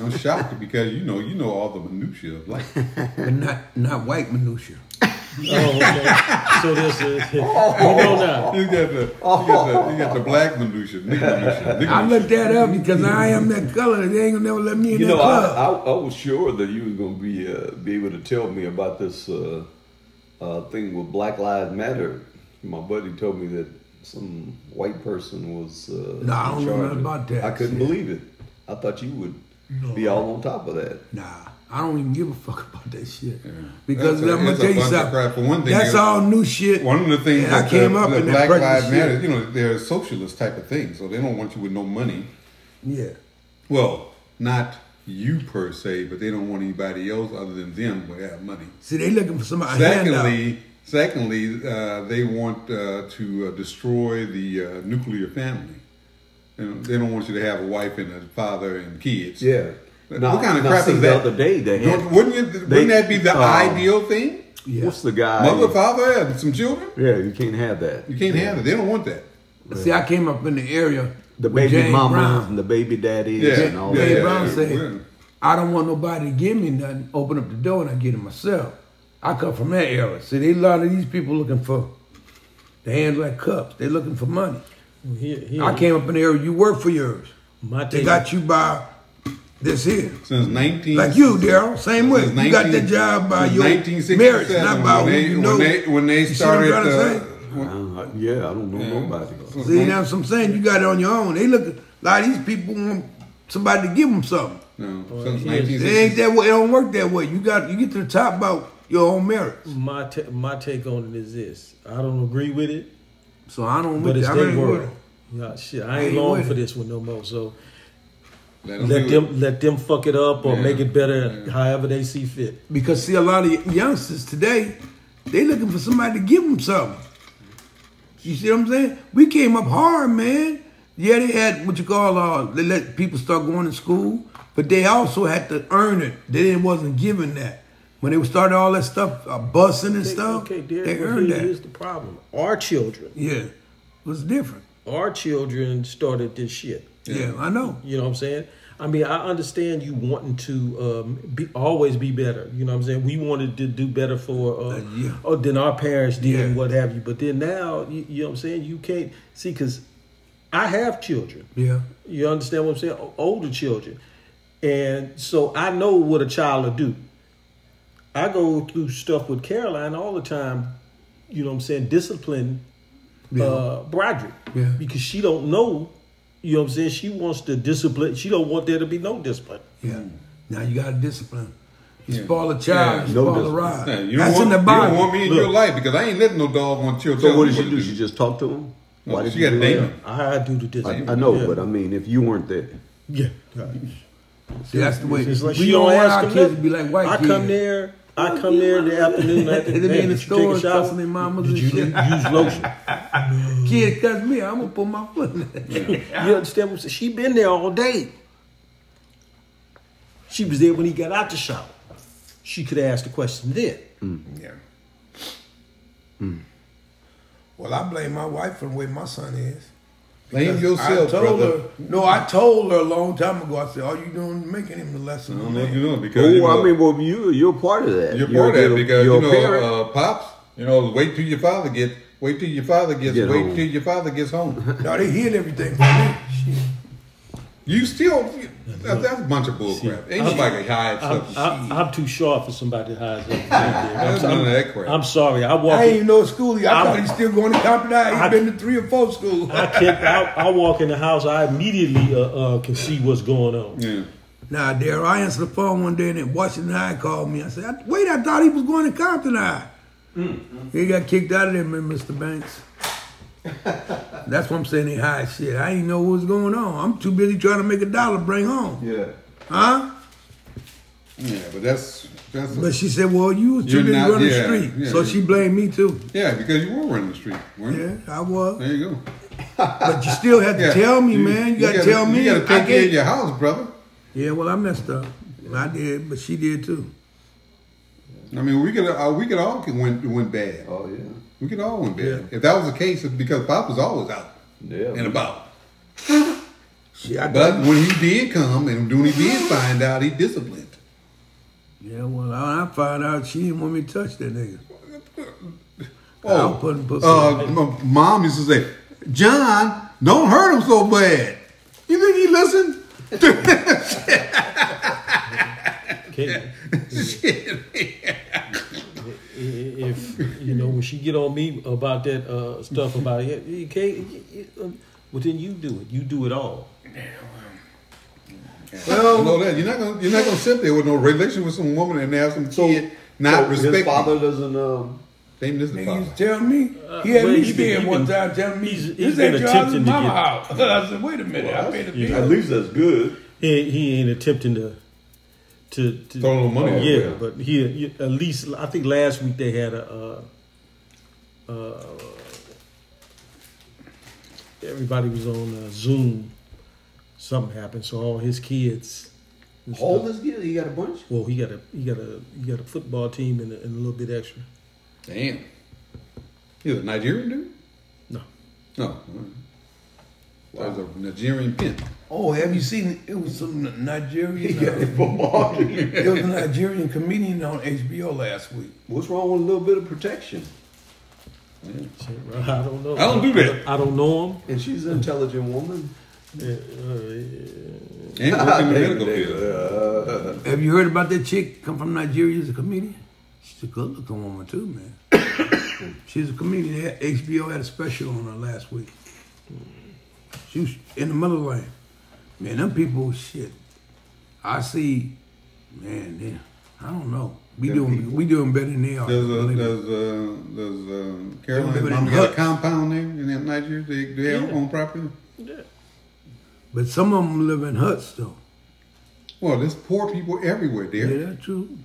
I'm shocked because you know you know all the minutia of life. but not not white minutia. Oh, okay. so this is you know now. You got [LAUGHS] the you got the, you got the black minutia, nigga minutia. Nigga Oh. I looked that up because I am that color. They ain't gonna never let me in You that know, I, club. I, I was sure that you was gonna be uh, be able to tell me about this uh, uh, thing with Black Lives Matter. My buddy told me that some white person was. Uh, No, I in don't know charge nothing of- about that. I couldn't Yeah. believe it. I thought you would be all on top of that. nah, I don't even give a fuck about that shit. Because That's a- I'm gonna that's a tell you bunch of something. crap. For one thing, that's it- all new shit. One of the things And that I came the, up the in that Black breakfast Lives shit. Matter, you know, they're a socialist type of thing, so they don't want you with no money. Yeah, Well, not you per se, but they don't want anybody else other than them to have money. see, they looking for somebody. a handout. Secondly, secondly, uh, they want uh, to uh, destroy the uh, nuclear family. You know, they don't want you to have a wife and a father and kids. Yeah. What Now- kind of now, crap see, is the that? other day they Don't- had- wouldn't, you, wouldn't that be the um, ideal thing? Yeah. What's the guy? Mother, father, and some children. Yeah, you can't have that. You can't have it. They don't want that. See, I came up in the area. The with baby James mamas Brown. and the baby daddies Yeah, and all yeah, James that. Brown yeah, said, yeah. "I don't want nobody to give me nothing. Open up the door and I get it myself." I come from that era. See, they a lot of these people looking for the hands like cups. They looking for money. Here, here, I came up in the area. You work for yours. My take, They got you by this here. Since nineteen, Like you, Daryl, same way. since You got that 19 job by since your 1967, marriage, not by when who they, you know. When they, when they You see what I'm started, trying to say? uh, when- Uh, yeah, I don't know nobody. See, now what I'm saying you got it on your own. They look a lot of these people want somebody to give them something. no, since he is- nineteen It sixty. ain't that way. It don't work that way. You got you get to the top about your own merit. my ta- my take on it is this. I don't agree with it, So I don't. but with it's that. I their ain't with world. it. Yeah, shit, I ain't ain't long with for it. this one no more. So Let them. let do it. them let them fuck it up or Yeah, make it better, however they see fit. Because see, a lot of youngsters today, they looking for somebody to give them something. You see what I'm saying? We came up hard, man. Yeah, they had what you call uh, they let people start going to school, but they also had to earn it. They didn't wasn't given that when they started all that stuff, uh, busing and stuff. okay, there, they well, earned here that. is the problem. Our children, Yeah, it was different. our children started this shit. Yeah, I know. You know what I'm saying? I mean, I understand you wanting to um, be always be better. You know what I'm saying? We wanted to do better for uh, Uh, yeah. oh than our parents did and Yeah. what have you. But then now, you, you know what I'm saying? You can't see because I have children. Yeah. You understand what I'm saying? O- Older children. And so I know what a child will do. I go through stuff with Caroline all the time, you know what I'm saying, discipline uh Broderick. Yeah. Because she don't know, you know what I'm saying, she wants to discipline she don't want there to be no discipline. Yeah. Now you got to discipline. You Mm. Yeah. spoil a child, you no spoil a discipline. rod. Nah, you That's don't in want, the You Bible. don't want me in your life because I ain't letting no dog want you. to So tell what me did she do? to She just talked to him? No, Why did she you got do data. that? I, I do the discipline. I, I know, yeah. but I mean, if you weren't there, Yeah. Right. See, that's the way. It's like we she don't don't want ask our them kids to be like white I kids. come there. I come there in the afternoon. [LAUGHS] I They be in the store, stores cussing their mamas Did and you shit. use lotion? [LAUGHS] Kid cuss me, I'm going to put my foot in it. You understand what I'm saying? She been there all day. She was there when he got out the shower. She could have asked the question then. [LAUGHS] Yeah. Hmm. Well, I blame my wife for the way my son is. Blame Because yourself, I told brother. her. No, I told her a long time ago. I said, "All you doing is making him the lesson." I don't man." know if you know because you oh, know, I mean, well, you you're part of that. you're part of that you're- because you're you a parent. know, uh, pops. You know, wait till your father gets. Wait till your father gets. Get wait home. till your father gets home. No, they hid everything from me. you still. you- that- that's a bunch of bullcrap. Ain't nobody can hide I'm, stuff. I'm, I'm too sharp for somebody to hide something. I'm, That's none of that crap. I'm, I'm sorry. I walk. I didn't In, even know what school. He, I I'm- thought he's still going to Compton High. He's I- been to three or four schools. I, can't, I, I walk in the house. I immediately uh, uh, can see what's going on. yeah. Now, there, I answered the phone one day and then Washington High called me. I said, "I- wait, I thought he was going to Compton High. Mm-hmm. He got kicked out of there, man, Mr. [LAUGHS] Banks. That's what I'm saying, they hide shit. I didn't know what was going on. I'm too busy trying to make a dollar bring home. Yeah. Huh? Yeah, but that's that's. But she said, well, you was too You're busy not- running yeah, the street. yeah. So she blamed me too. yeah, because you were running the street. weren't you? Yeah, I was. There you go. But you still had to Yeah. tell me, man. You, gotta, tell me. You gotta I take care can't- of your house, brother. Yeah, well, I messed up. I did, but she did too. I mean, we could uh, we could all went went bad. Oh yeah, We could all went bad. Yeah. If that was the case, it's because Pop was always out yeah. and about. She, I But when he did come and when he did find out, he disciplined. Yeah, well, I, I found out she didn't want me to touch that [LAUGHS] nigga. Oh, I'm putting pussy uh, my mom used to say, "John, don't hurt him so bad." You think he listened? Can't- if you know when she get on me about that uh, stuff about it, you can't. you- you- uh, Well, then you do it. You do it all. Well, know that you're not gonna you're not gonna sit there with no relation with some woman and have some kid not so respect his father. father doesn't. Um, Name is the He father. used to tell me. He had Uh, well, me he been- staying he one been- time telling me, he's- he's this been ain't your attempting husband's to mama get- house. [LAUGHS] I said, wait a minute, I paid a bill. at least that's good. He, he ain't attempting to to, to Throw a little money. yeah, over there. but he you- at least I think last week they had a. Uh, uh, everybody was on uh, Zoom. Something happened, so all his kids. and Oh. stuff- All this kid, he got a bunch. Well, he got a he got a he got a football team and a, and a little bit extra. [LAUGHS] Damn. He's a Nigerian dude? Oh, No. No. There's a Nigerian pin. Oh, have you seen, it was some [LAUGHS] Nigerian, uh, What's it was a Nigerian comedian on HBO last week. wrong with a little bit of protection? Shit, bro, I don't know. I don't do that. I don't know him. And she's an intelligent woman. Yeah, uh, And working in the medical field. Have you heard about that chick come from Nigeria as a comedian? She's a good looking woman too, man. [COUGHS] She's a comedian. They had- HBO had a special on her last week. She was in the motherland. Man, them people, shit. I see, man, they, I don't know. We doing we doing better than they are. There's a, believe it. there's a, there's a They Carolina live in mama got a huts. compound there in that Nigeria. They, they have Yeah. own property. But some of them live in huts though. Well, there's poor people everywhere there. Yeah, that's true.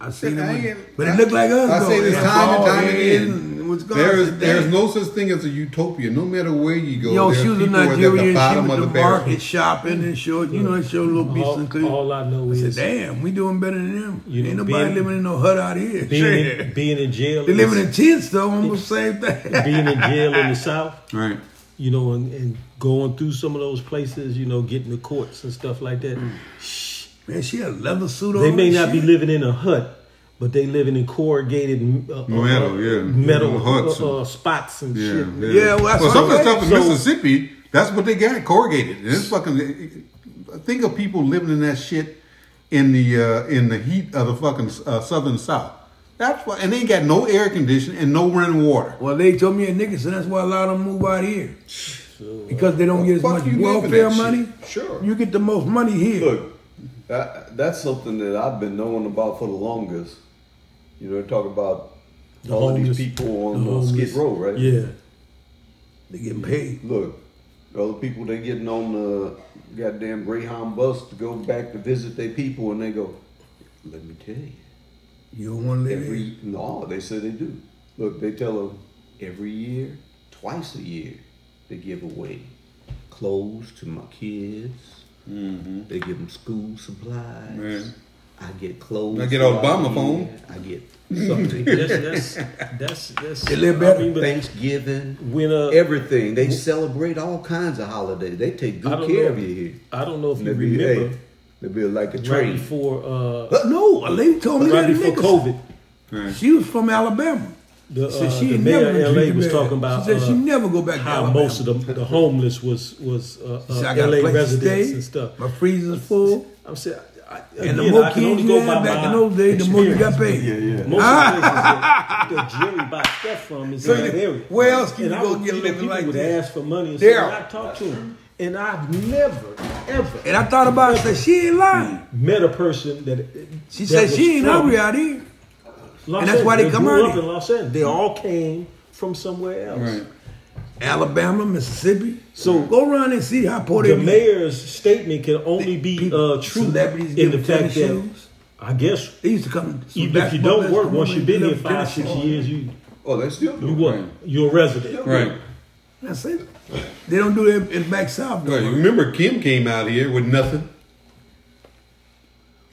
I seen I them, ain't- but it look like us. I though. say this Yeah, time and bald time heads again. and Wisconsin, There is, they- there's no such thing as a utopia. No matter where you go, Yo, there's she was a people at the Nigerian. She bottom was of the the barrel. market shopping and showed, you know, it showed little beats and all, things. all I know I is said, damn, we doing better than them. You know, Ain't nobody being- living in no hut out here. being in, Shit. being in jail. they is- living in tents though, almost the same thing. being in jail in the South. Right. you know, and, and going through some of those places, you know, getting the courts and stuff like that. Mm. Man, she had a leather suit on. They may and not be shit. living in a hut, but they living in corrugated uh, uh, Metal, yeah. metal Huts uh, uh, spots and Yeah, shit. yeah. Yeah, well, that's some of the okay. stuff in So- Mississippi, that's what they got corrugated. And it's fucking. Think of people living in that shit in the uh, in the heat of the fucking uh, southern South. That's why, and they ain't got no air conditioning and no running water. Well, they told me at Nickerson, that's why a lot of them move out here. Because they don't get as much fuck you living welfare that shit? money. Sure. You get the most money here. Look, that, that's something that I've been knowing about for the longest. You know, talk about The all of homeless- these people the on uh, Skid homeless. Row, right? Yeah. They getting paid. Look, all the people they getting on the goddamn Greyhound bus to go back to visit their people, and they go, "Let me tell you, You don't want to live here. every no, they say they do. Look, they tell them every year, twice a year, they give away clothes to my kids. Mm-hmm. They give them school supplies. Man. I get clothes. I get throughout the Obama phone. year. I get [LAUGHS] something. That's, that's, that's, that's They live I better. mean, but Thanksgiving, When, uh, everything. They celebrate all kinds of holidays. They take I good don't care know- of you here. I don't know if you They be, remember hey, they be like a right train. oh, before uh, Uh, no, a lady told me right that at before Nickerson. COVID, She was from Alabama. the, She said uh, she the ain't mayor never of been LA treated was bad. talking about She said she uh, never go back to how Alabama. most of the, the homeless was was uh, She said, uh, I got a LA place to residents stay. and stuff. My freezer's full. I'm saying, I, I- And the again, more I can kids only you go had by back my in those days, the more you got experience. paid. yeah. [LAUGHS] Most of the places that, that Jerry buys stuff from is in that area. where else can and you I go would- get you know, living people like would that? ask for money and There. stuff, and I talk to them. And I've never, ever And I thought about it. I said, she ain't lying. met a person that uh, She that said was she ain't from hungry out here. Los and that's why Angeles. they come grew out up here. in Los Angeles. They all came from somewhere else. Alabama, Mississippi. So- go around and see how poor they The be. mayor's statement can only be People- uh, true celebrities in give the them tennis fact that shoes. I guess They used to come. some even if you basketball don't players work come once over you've and been give here them tennis five six shoes. years, you Oh, they still do. you what you're a resident. Right. That's it. They don't do it in back south. Well, though. you remember Kim came out here with nothing.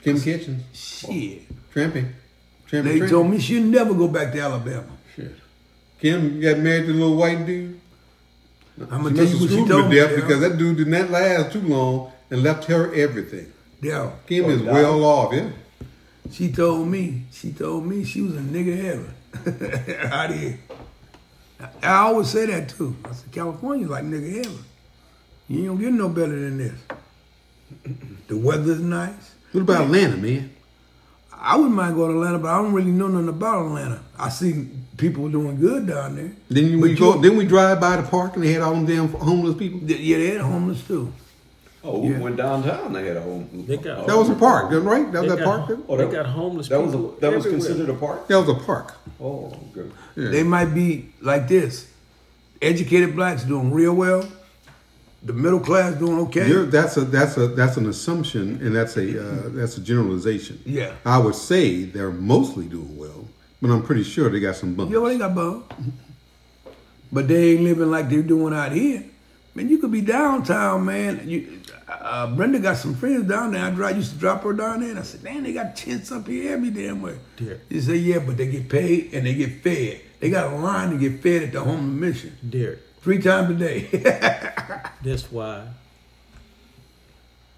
Kim Kitchens, Shit. tramping, tramping, They tramping. told me she'll never go back to Alabama. Shit. Kim got married to a little white dude. I'm she gonna tell must you have what she screwed him told to me. death Dale. because that dude did not last too long and left her everything. Dale, Kim Oh, is nah. well off, yeah. she told me. She told me she was a nigga heaven [LAUGHS] out here. I- I always say that too. I said California like nigga heaven. You don't get no better than this. The weather's nice. What about Atlanta, man? I wouldn't mind going to Atlanta, but I don't really know nothing about Atlanta. I see people doing good down there. Then we But go. you- Then we drive by the park and they had all them damn homeless people. Yeah, they're homeless too. Oh, we went downtown. They had a home. They got- That was a park, right? That They was that got- park. Oh, they got homeless That was people a, that was everywhere. considered a park. That was a park. Oh, okay. Yeah. They might be like this. Educated blacks doing real well. The middle class doing okay. You're, that's a that's a that's an assumption and that's a uh, that's a generalization. Yeah. I would say they're mostly doing well, but I'm pretty sure they got some bumps. Yo, they got bum. But they ain't living like they're doing out here. Man, you could be downtown, man. You, uh, Brenda got some friends down there. I dri- used to drop her down there, and I said, "Damn, they got tents up here every damn way." Yeah. You say, "Yeah, but they get paid and they get fed. They got a line to get fed at the homeless mission Derek. three times a day." [LAUGHS] That's why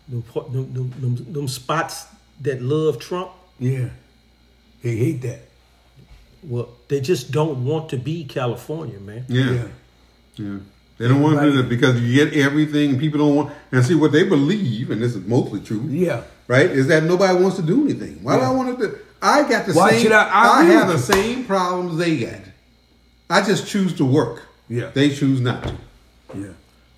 them, po- them, them, them, them spots that love Trump, yeah, they hate that. well, they just don't want to be California, man. Yeah. yeah. They don't want to do that because you get everything people don't want and see what they believe, and this is mostly true. Yeah. Right? Is that nobody wants to do anything. Why do I want to do I got the Why same should I- I agree have the with same problems they got. I just choose to work. Yeah. They choose not to. Yeah,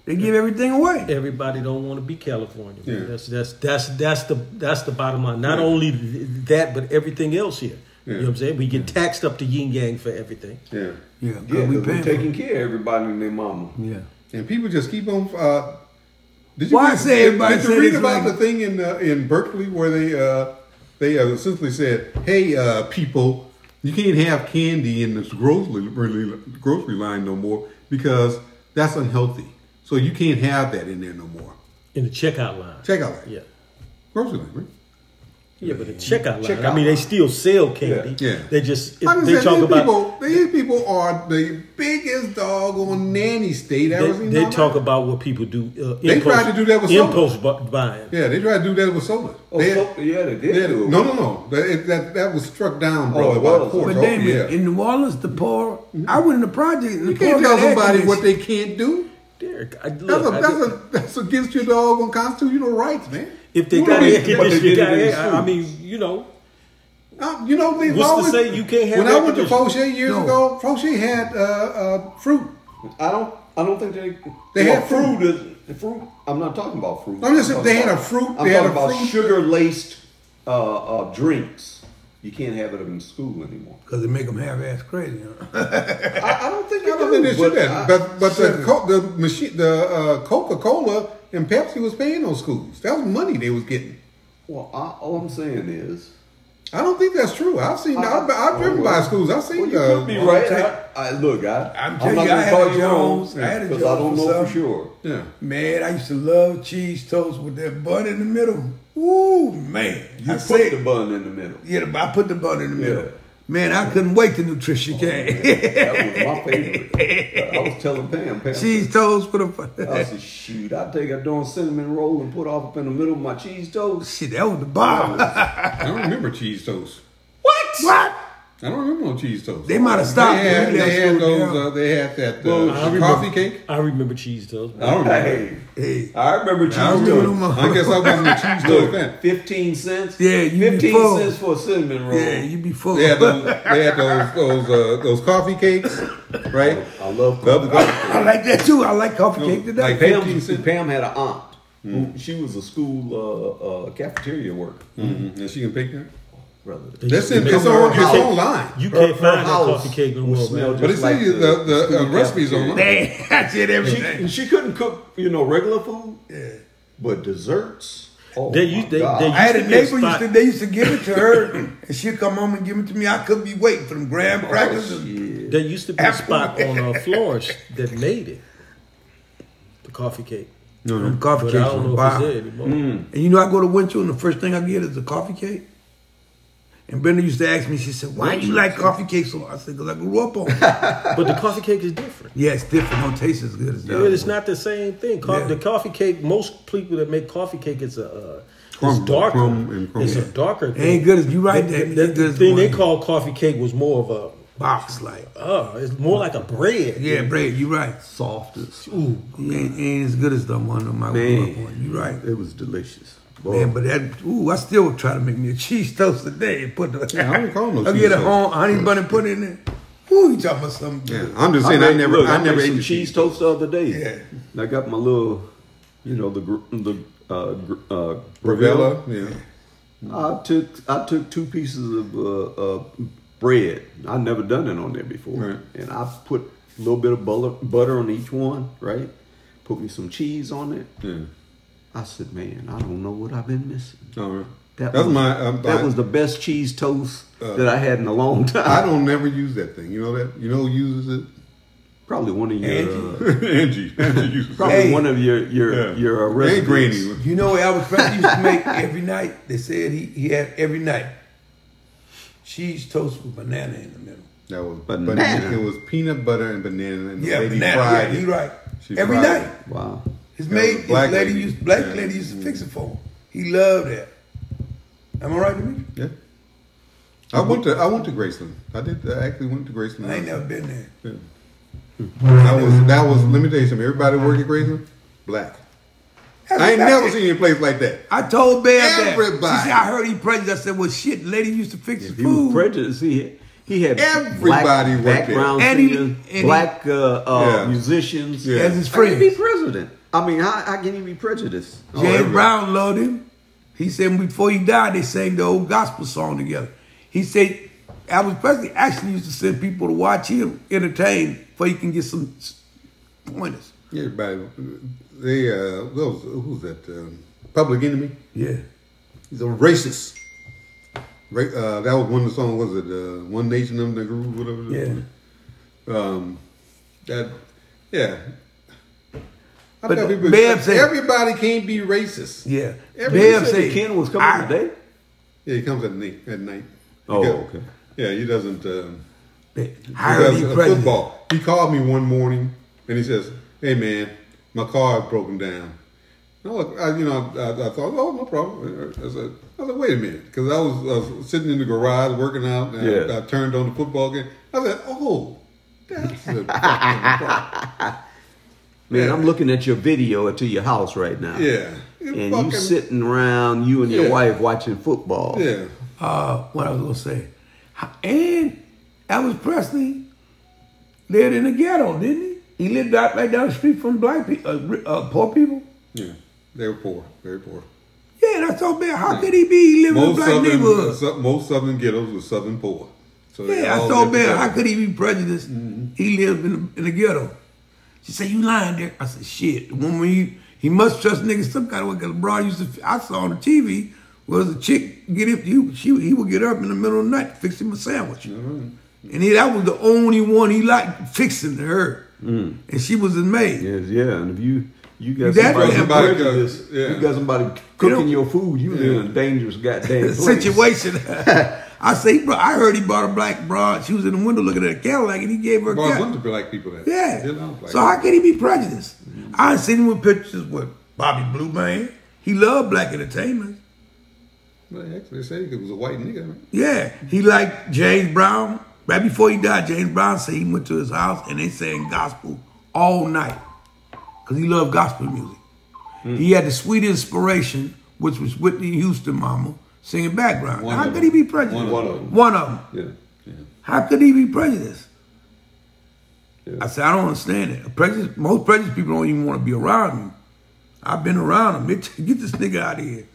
they give everything away. Everybody don't want to be California. man. Yeah. That's that's that's that's the that's the bottom line. Not only th- that, but everything else here. You know what I'm saying? We get taxed up to yin yang for everything. Yeah. Yeah, 'cause Yeah, we 'cause we paying. for taking it. care of everybody and their mama. Yeah, And people just keep on. Uh, did Why read, say everybody Did say you read this about like- the thing in uh, in Berkeley where they uh, they uh, essentially said, "Hey, uh, people, you can't have candy in this grocery really, grocery line no more because that's unhealthy. So you can't have that in there no more." In the checkout line. Check out that yeah. grocery line, right? Yeah, but the checkout line. Checkout I mean, they line. still sell candy. Yeah. Yeah. They just it, Like I they said, talk these about people, these people are the biggest dog on nanny state I they, ever seen. they in my talk life. about what people do. Uh, They impulse, tried to do that with soda. impulse bu- buying. Yeah, they tried to do that with soda. Oh, They- so- yeah, they did. they- do it. no, no, no. That, it- that that was struck down, bro. Oh, it about was. court. But Oh, Damon, yeah. in New Orleans, the poor, I went in the project. And the you can't poor tell got air somebody what conditioning. they can't do. Derek, I, look, That's, a, I that's, get- a, that's against your dog on constitutional rights, man. if they You know got what I air mean? But conditioning, they they did got it in air. I schools. mean, you know, Uh, you know, they've What's to always, say you can't have When I air went to conditioning? Fauché years No. ago, Fauché had uh, uh, fruit. I don't. I don't think they. They well, had fruit. is- the fruit. I'm not talking about fruit. No, listen, I'm they talking had a about- fruit, I'm they had talking a about fruit. sugar laced uh, uh, drinks. You can't have it in school anymore. Because they make them half-ass crazy. huh? [LAUGHS] I, I don't think I you don't think they do. should But, have. I- But but the sugar. co- the machine the uh, Coca Cola and Pepsi was paying those schools. That was money they was getting. well, I, all I'm saying is, I don't think that's true. I've seen. I, have I've driven well, by schools. I've well, seen. you could be uh, right. take- I, I, look, I, I'm I'm, telling not you, I going to had call a you Jones. Jones I had a because I Jones don't for know for something. sure. yeah. Man, I used to love cheese toast with that bun in the middle. Ooh, man. You I put said- the bun in the middle. Yeah, I put the bun in the middle. Yeah. Man, I couldn't wait till nutrition came. That was my favorite. I was telling Pam. Pam [LAUGHS] cheese toast with a bun. I said, shoot, I take a darn cinnamon roll and put off up in the middle of my cheese toast. [LAUGHS] Shit, that was the bomb. I don't remember cheese toast. [LAUGHS] what? I don't remember no cheese toast. They might have stopped. They had, They they had screwed those. down. Uh, they had that I uh, remember- coffee [LAUGHS] cake. I remember cheese toast. I don't remember. Hey, Hey, I remember cheese I don't remember toast. them. all. I guess I wasn't a cheese toast fan. Look, 15 cents? Yeah, you be 15 full. cents for a cinnamon roll. Yeah, you be full. [LAUGHS] They had those. They had those those uh, those coffee cakes, right? I love The other coffee cakes. I like that too. I like coffee cake today. like Pam, Hmm. 15 cents. Pam had an aunt. Who, she was a school uh, uh, cafeteria worker. Mhm. And she can pick them. Brother. That's They- it. It's, they- on, you it's can't- online. You Her- can't her find that house coffee cake no would more, smell man. But just it's easy, the- the, school uh, recipes cafeteria. online. Damn, I did everything. She, she couldn't cook, you know, regular food, Yeah. but desserts. Oh They my used- they- God. they I had a Used to be a neighbor used spot. to they used to give it to her, and she'd come home and give it to me. I could be waiting for them graham crackers. Oh, and- shit. There used to be a spot on uh, Florence that made it, the coffee cake. Them coffee But I cakes don't were know bomb. if it's there anymore. And you know, I go to Winchell, and the first thing I get is a coffee cake. And Brenda used to ask me, she said, "Why do you like coffee cakes so?" much?" I said, "Cause I grew up on." it." [LAUGHS] But the coffee cake is different. yeah, it's different. Don't taste as good as that. But it's not the same thing. Co- Yeah. The coffee cake, most people that make coffee cake, it's a uh, Crumb- it's darker. crumb and crumb. It's a Yeah. darker thing. ain't good as- you right, The, David. the- Ain't good the as thing they one. called coffee cake was more of a box like. Uh, it's more like a bread. Yeah, Brad, you right. Softest. Ooh. Ain't, ain't as good as the one on my Man. grew up on. You right. It was delicious. Oh. Boy. Man, but that ooh, I still would try to make me a cheese toast today and put the Yeah, I don't call [LAUGHS] no I'll cheese get a toast. home honey bun and put it in there. Ooh, you talking about something Yeah, good. I'm just saying. I, made- never. look, I never made ate some the cheese toast the other day. Yeah. And I got my little, you know, the gr- the uh, gr- uh, Ravella. Yeah. I took I took two pieces of uh, uh, bread. I'd never done it on there before, Right. and I put a little bit of butter, butter on each one. Right, put me some cheese on it. Yeah. I said, man, I don't know what I've been missing. All right. That That's was, my. Um, that I, was the best cheese toast Uh, that I had in a long time. I don't never use that thing. You know that. You know who uses it? [LAUGHS] probably one of your uh, Angie. Angie uses probably Hey. one of your your Yeah. your uh, it. Hey, recipes. Granny. You know what Elvis Presley used to make every night? They said he, he had every night. Cheese toast with banana in the middle. That was Banana. banana. It was peanut butter and banana, and Yeah, the lady banana. fried yeah, it. you right. She every fried night. it. Wow. His That was maid, a his black lady, lady. used black Yeah. Mm-hmm. lady used to fix it for him. He loved that. Am I right, Dimitri? Yeah. I went to I went to Graceland. I did. I actually went to Graceland. I ain't never been there. That was that was. Let me tell you something. Everybody working at Graceland, black. I ain't never seen a place like that. I told Bear that. Everybody. She said, I heard he prejudiced. I said, well, shit, lady used to fix the He was food. prejudiced. He he had Everybody black worked it. background And he- singers, and he- black uh, uh, Yeah. musicians. Yeah. As his How can he be friend. president? I mean, how, how can he be prejudiced? James Oh, everybody. Brown loved him. He said before he died, they sang the old gospel song together. He said Elvis Presley actually used to send people to watch him entertain before he can get some s- pointers. Everybody, they uh, those who's that? Um, Public Enemy. Yeah. He's a racist. Ra- uh, that was one of the songs. Was it uh, One Nation Under the Groove? Whatever. Yeah. Um, that. Yeah. I But tell people, Bev said- everybody can't be racist. Yeah. Everybody Bev Ah. said that Ken was coming I- today. Yeah, he comes at night. At night. Oh, He okay. Yeah, he doesn't. Um, Hiring because, uh, president. football. He called me one morning and he says, "Hey man, my car is broken down." No, look, I, you know, I, I thought, "Oh, no problem." I said, "I said, wait a minute," because I was, I was sitting in the garage working out, and Yeah. I, I turned on the football game. I said, "Oh, [LAUGHS] that's a fucking problem." Man, I'm looking at your video to your house right now. Yeah, It And fucking- you sitting around, you and your Yeah. wife watching football. Yeah, uh, what I was gonna say. And Elvis Presley lived in the ghetto, didn't he? He lived out right down the street from black people, uh, ri- uh, poor people. yeah, they were poor, very poor. Yeah, that's so bad. How could he be living in a Most black southern, neighborhood? sou- most southern ghettos were southern poor. So they Yeah, all that's so lived bad. together. How could he be prejudiced? He lived in the, in the ghetto. She said, "You lying, Dick?" I said, "Shit." The woman he he must trust niggas some kind of way. Cause LeBron used to I saw on the TV was a chick get up. He, she he would get up in the middle of the night to fix him a sandwich, and he, that was the only one he liked fixing her, and she was his maid. Yes, yeah. And if you you got That's somebody, what somebody cooking got- this- yeah. you got somebody You know- cooking your food, you live in a dangerous [LAUGHS] goddamn place. Situation. I say, he brought- I heard he bought a black broad. She was in the window looking at a Cadillac, and he gave her a Brought Cadillac. bunch of black people there. Yeah. You know, black so how can he be prejudiced? I seen him with pictures with Bobby Blue Man. He loved black entertainment. people. Well, actually, they say he was a white nigga. Man. Yeah. He liked James Brown. Right before he died, James Brown said he went to his house and they sang gospel all night. Because he loved gospel music. He had the sweet inspiration, which was Whitney Houston mama singing background. One how of could he them. be prejudiced? One of One them. of them. Yeah. How could he be prejudiced? Yeah. I said, I don't understand it. Prejudice, most prejudiced people don't even want to be around me. I've been around them. Bitch, get [LAUGHS] this nigga out of here.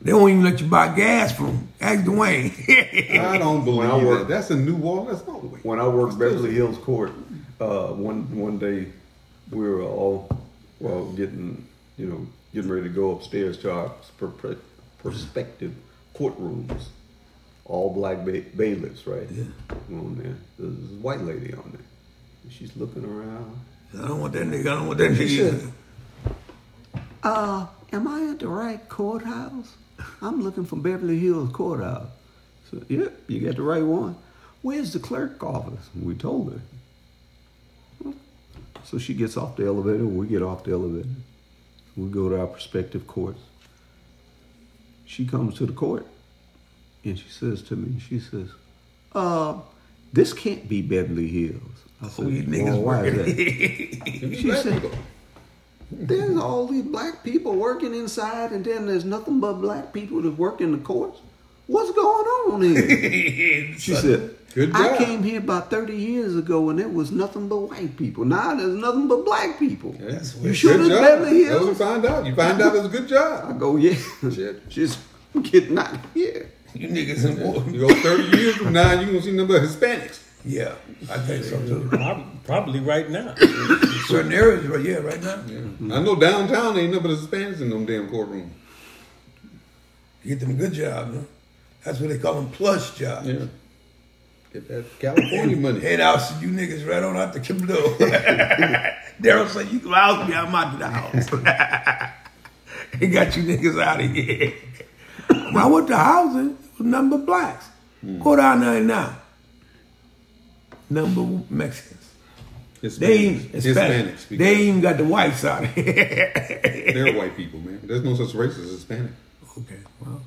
They won't even let you buy gas from them. Ask Dwayne. [LAUGHS] I don't believe I that. worked- That's a new wall. That's not the way. When I worked Beverly Hills Court, uh, one one day we were all well getting you know getting ready to go upstairs to our per- prospective courtrooms, all black ba- bailiffs, right? Yeah. On there, there's this white lady on there. And She's looking around. I don't want that nigga. I don't want that nigga. She said, either. uh, am I at the right courthouse? I'm looking for Beverly Hills Courthouse. So, yep, you got the right one. Where's the clerk office? We told her. So she gets off the elevator, we get off the elevator. We go to our prospective courts. She comes to the court and she says to me, she says, uh, this can't be Beverly Hills. I said, you "Well, niggas why is that? She Black said, people. there's all these black people working inside, and then there's nothing but black people that work in the courts. What's going on here? [LAUGHS] she said, Good I job. came here about 30 years ago, and there was nothing but white people. Now there's nothing but black people. That's you sure good this job. Beverly That's what you Hills? find out. You find out it's a good job. I go, yeah. Shit. [LAUGHS] She's getting out here. You niggas in war. [LAUGHS] You go 30 years from now, you going to see nothing but Hispanics. Yeah, I think so too. Prob- Probably right now. Certain areas, right? Yeah, right now. I know downtown ain't nothing but Hispanics in them damn courtrooms. You get them a good job, man. That's what they call them plush jobs. Yeah. Get that [LAUGHS] California money. Head out, so you niggas right on out the Kimdo. [LAUGHS] Daryl said, You can house me, I'm out of the house. [LAUGHS] they got you niggas out of here. when I went to housing, it was number blacks. Hmm. Go down there now. Number Mexicans. They ain't Hispanics. Hispanics. They ain't even got the whites out of here. [LAUGHS] They're white people, man. There's no such race as Hispanic. okay, well,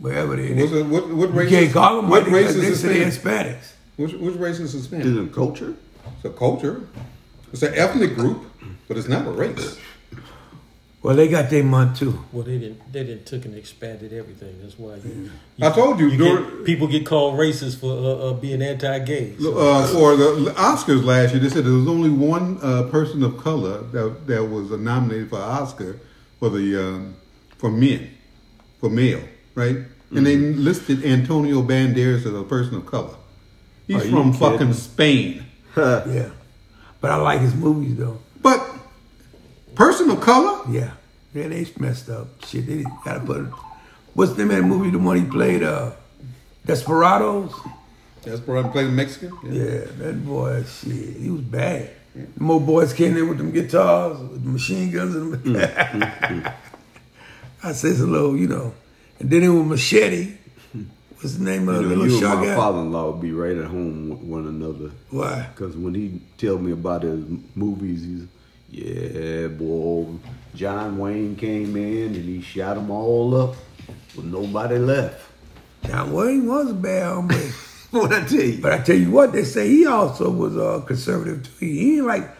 wherever they What's is. a, what, what You race can't is, call them what white race because they is say they're Hispanic? Hispanics. Which, which race is Hispanic? Is it a culture? It's a culture. It's an ethnic group, but it's not a race. Well, they got their month [LAUGHS] too. Well, they didn't. They didn't took and expanded everything. That's why. You, I told you, get- during- people get called racist for uh, uh, being anti-gay. So Uh, for the Oscars last year, they said there was only one uh, person of color that that was nominated for an Oscar for the um, for men, for male, right? And they Mm-hmm. listed Antonio Banderas as a person of color. He's Are you from kidding? fucking Spain, Yeah. But I like his movies though. but person of color. Yeah. Yeah, they messed up. Shit, they gotta put what's the name of that movie, the one he played, uh Desperados? That's where I'm playing Mexican. Yeah, that boy, shit, he was bad. The more boys came in with them Mm, [LAUGHS] guitars, with the machine guns and I says a little, you know. And then it was Machete. What's the name of You, the know, little you and short my guy? father-in-law would be right at home with one another. Why? Because when he tell me about his m- movies, he's, yeah, boy, John Wayne came in and he shot them all up with nobody left. John Wayne was a bad hombre. [LAUGHS] what I tell you? But I tell you what, they say he also was uh, conservative too. He ain't like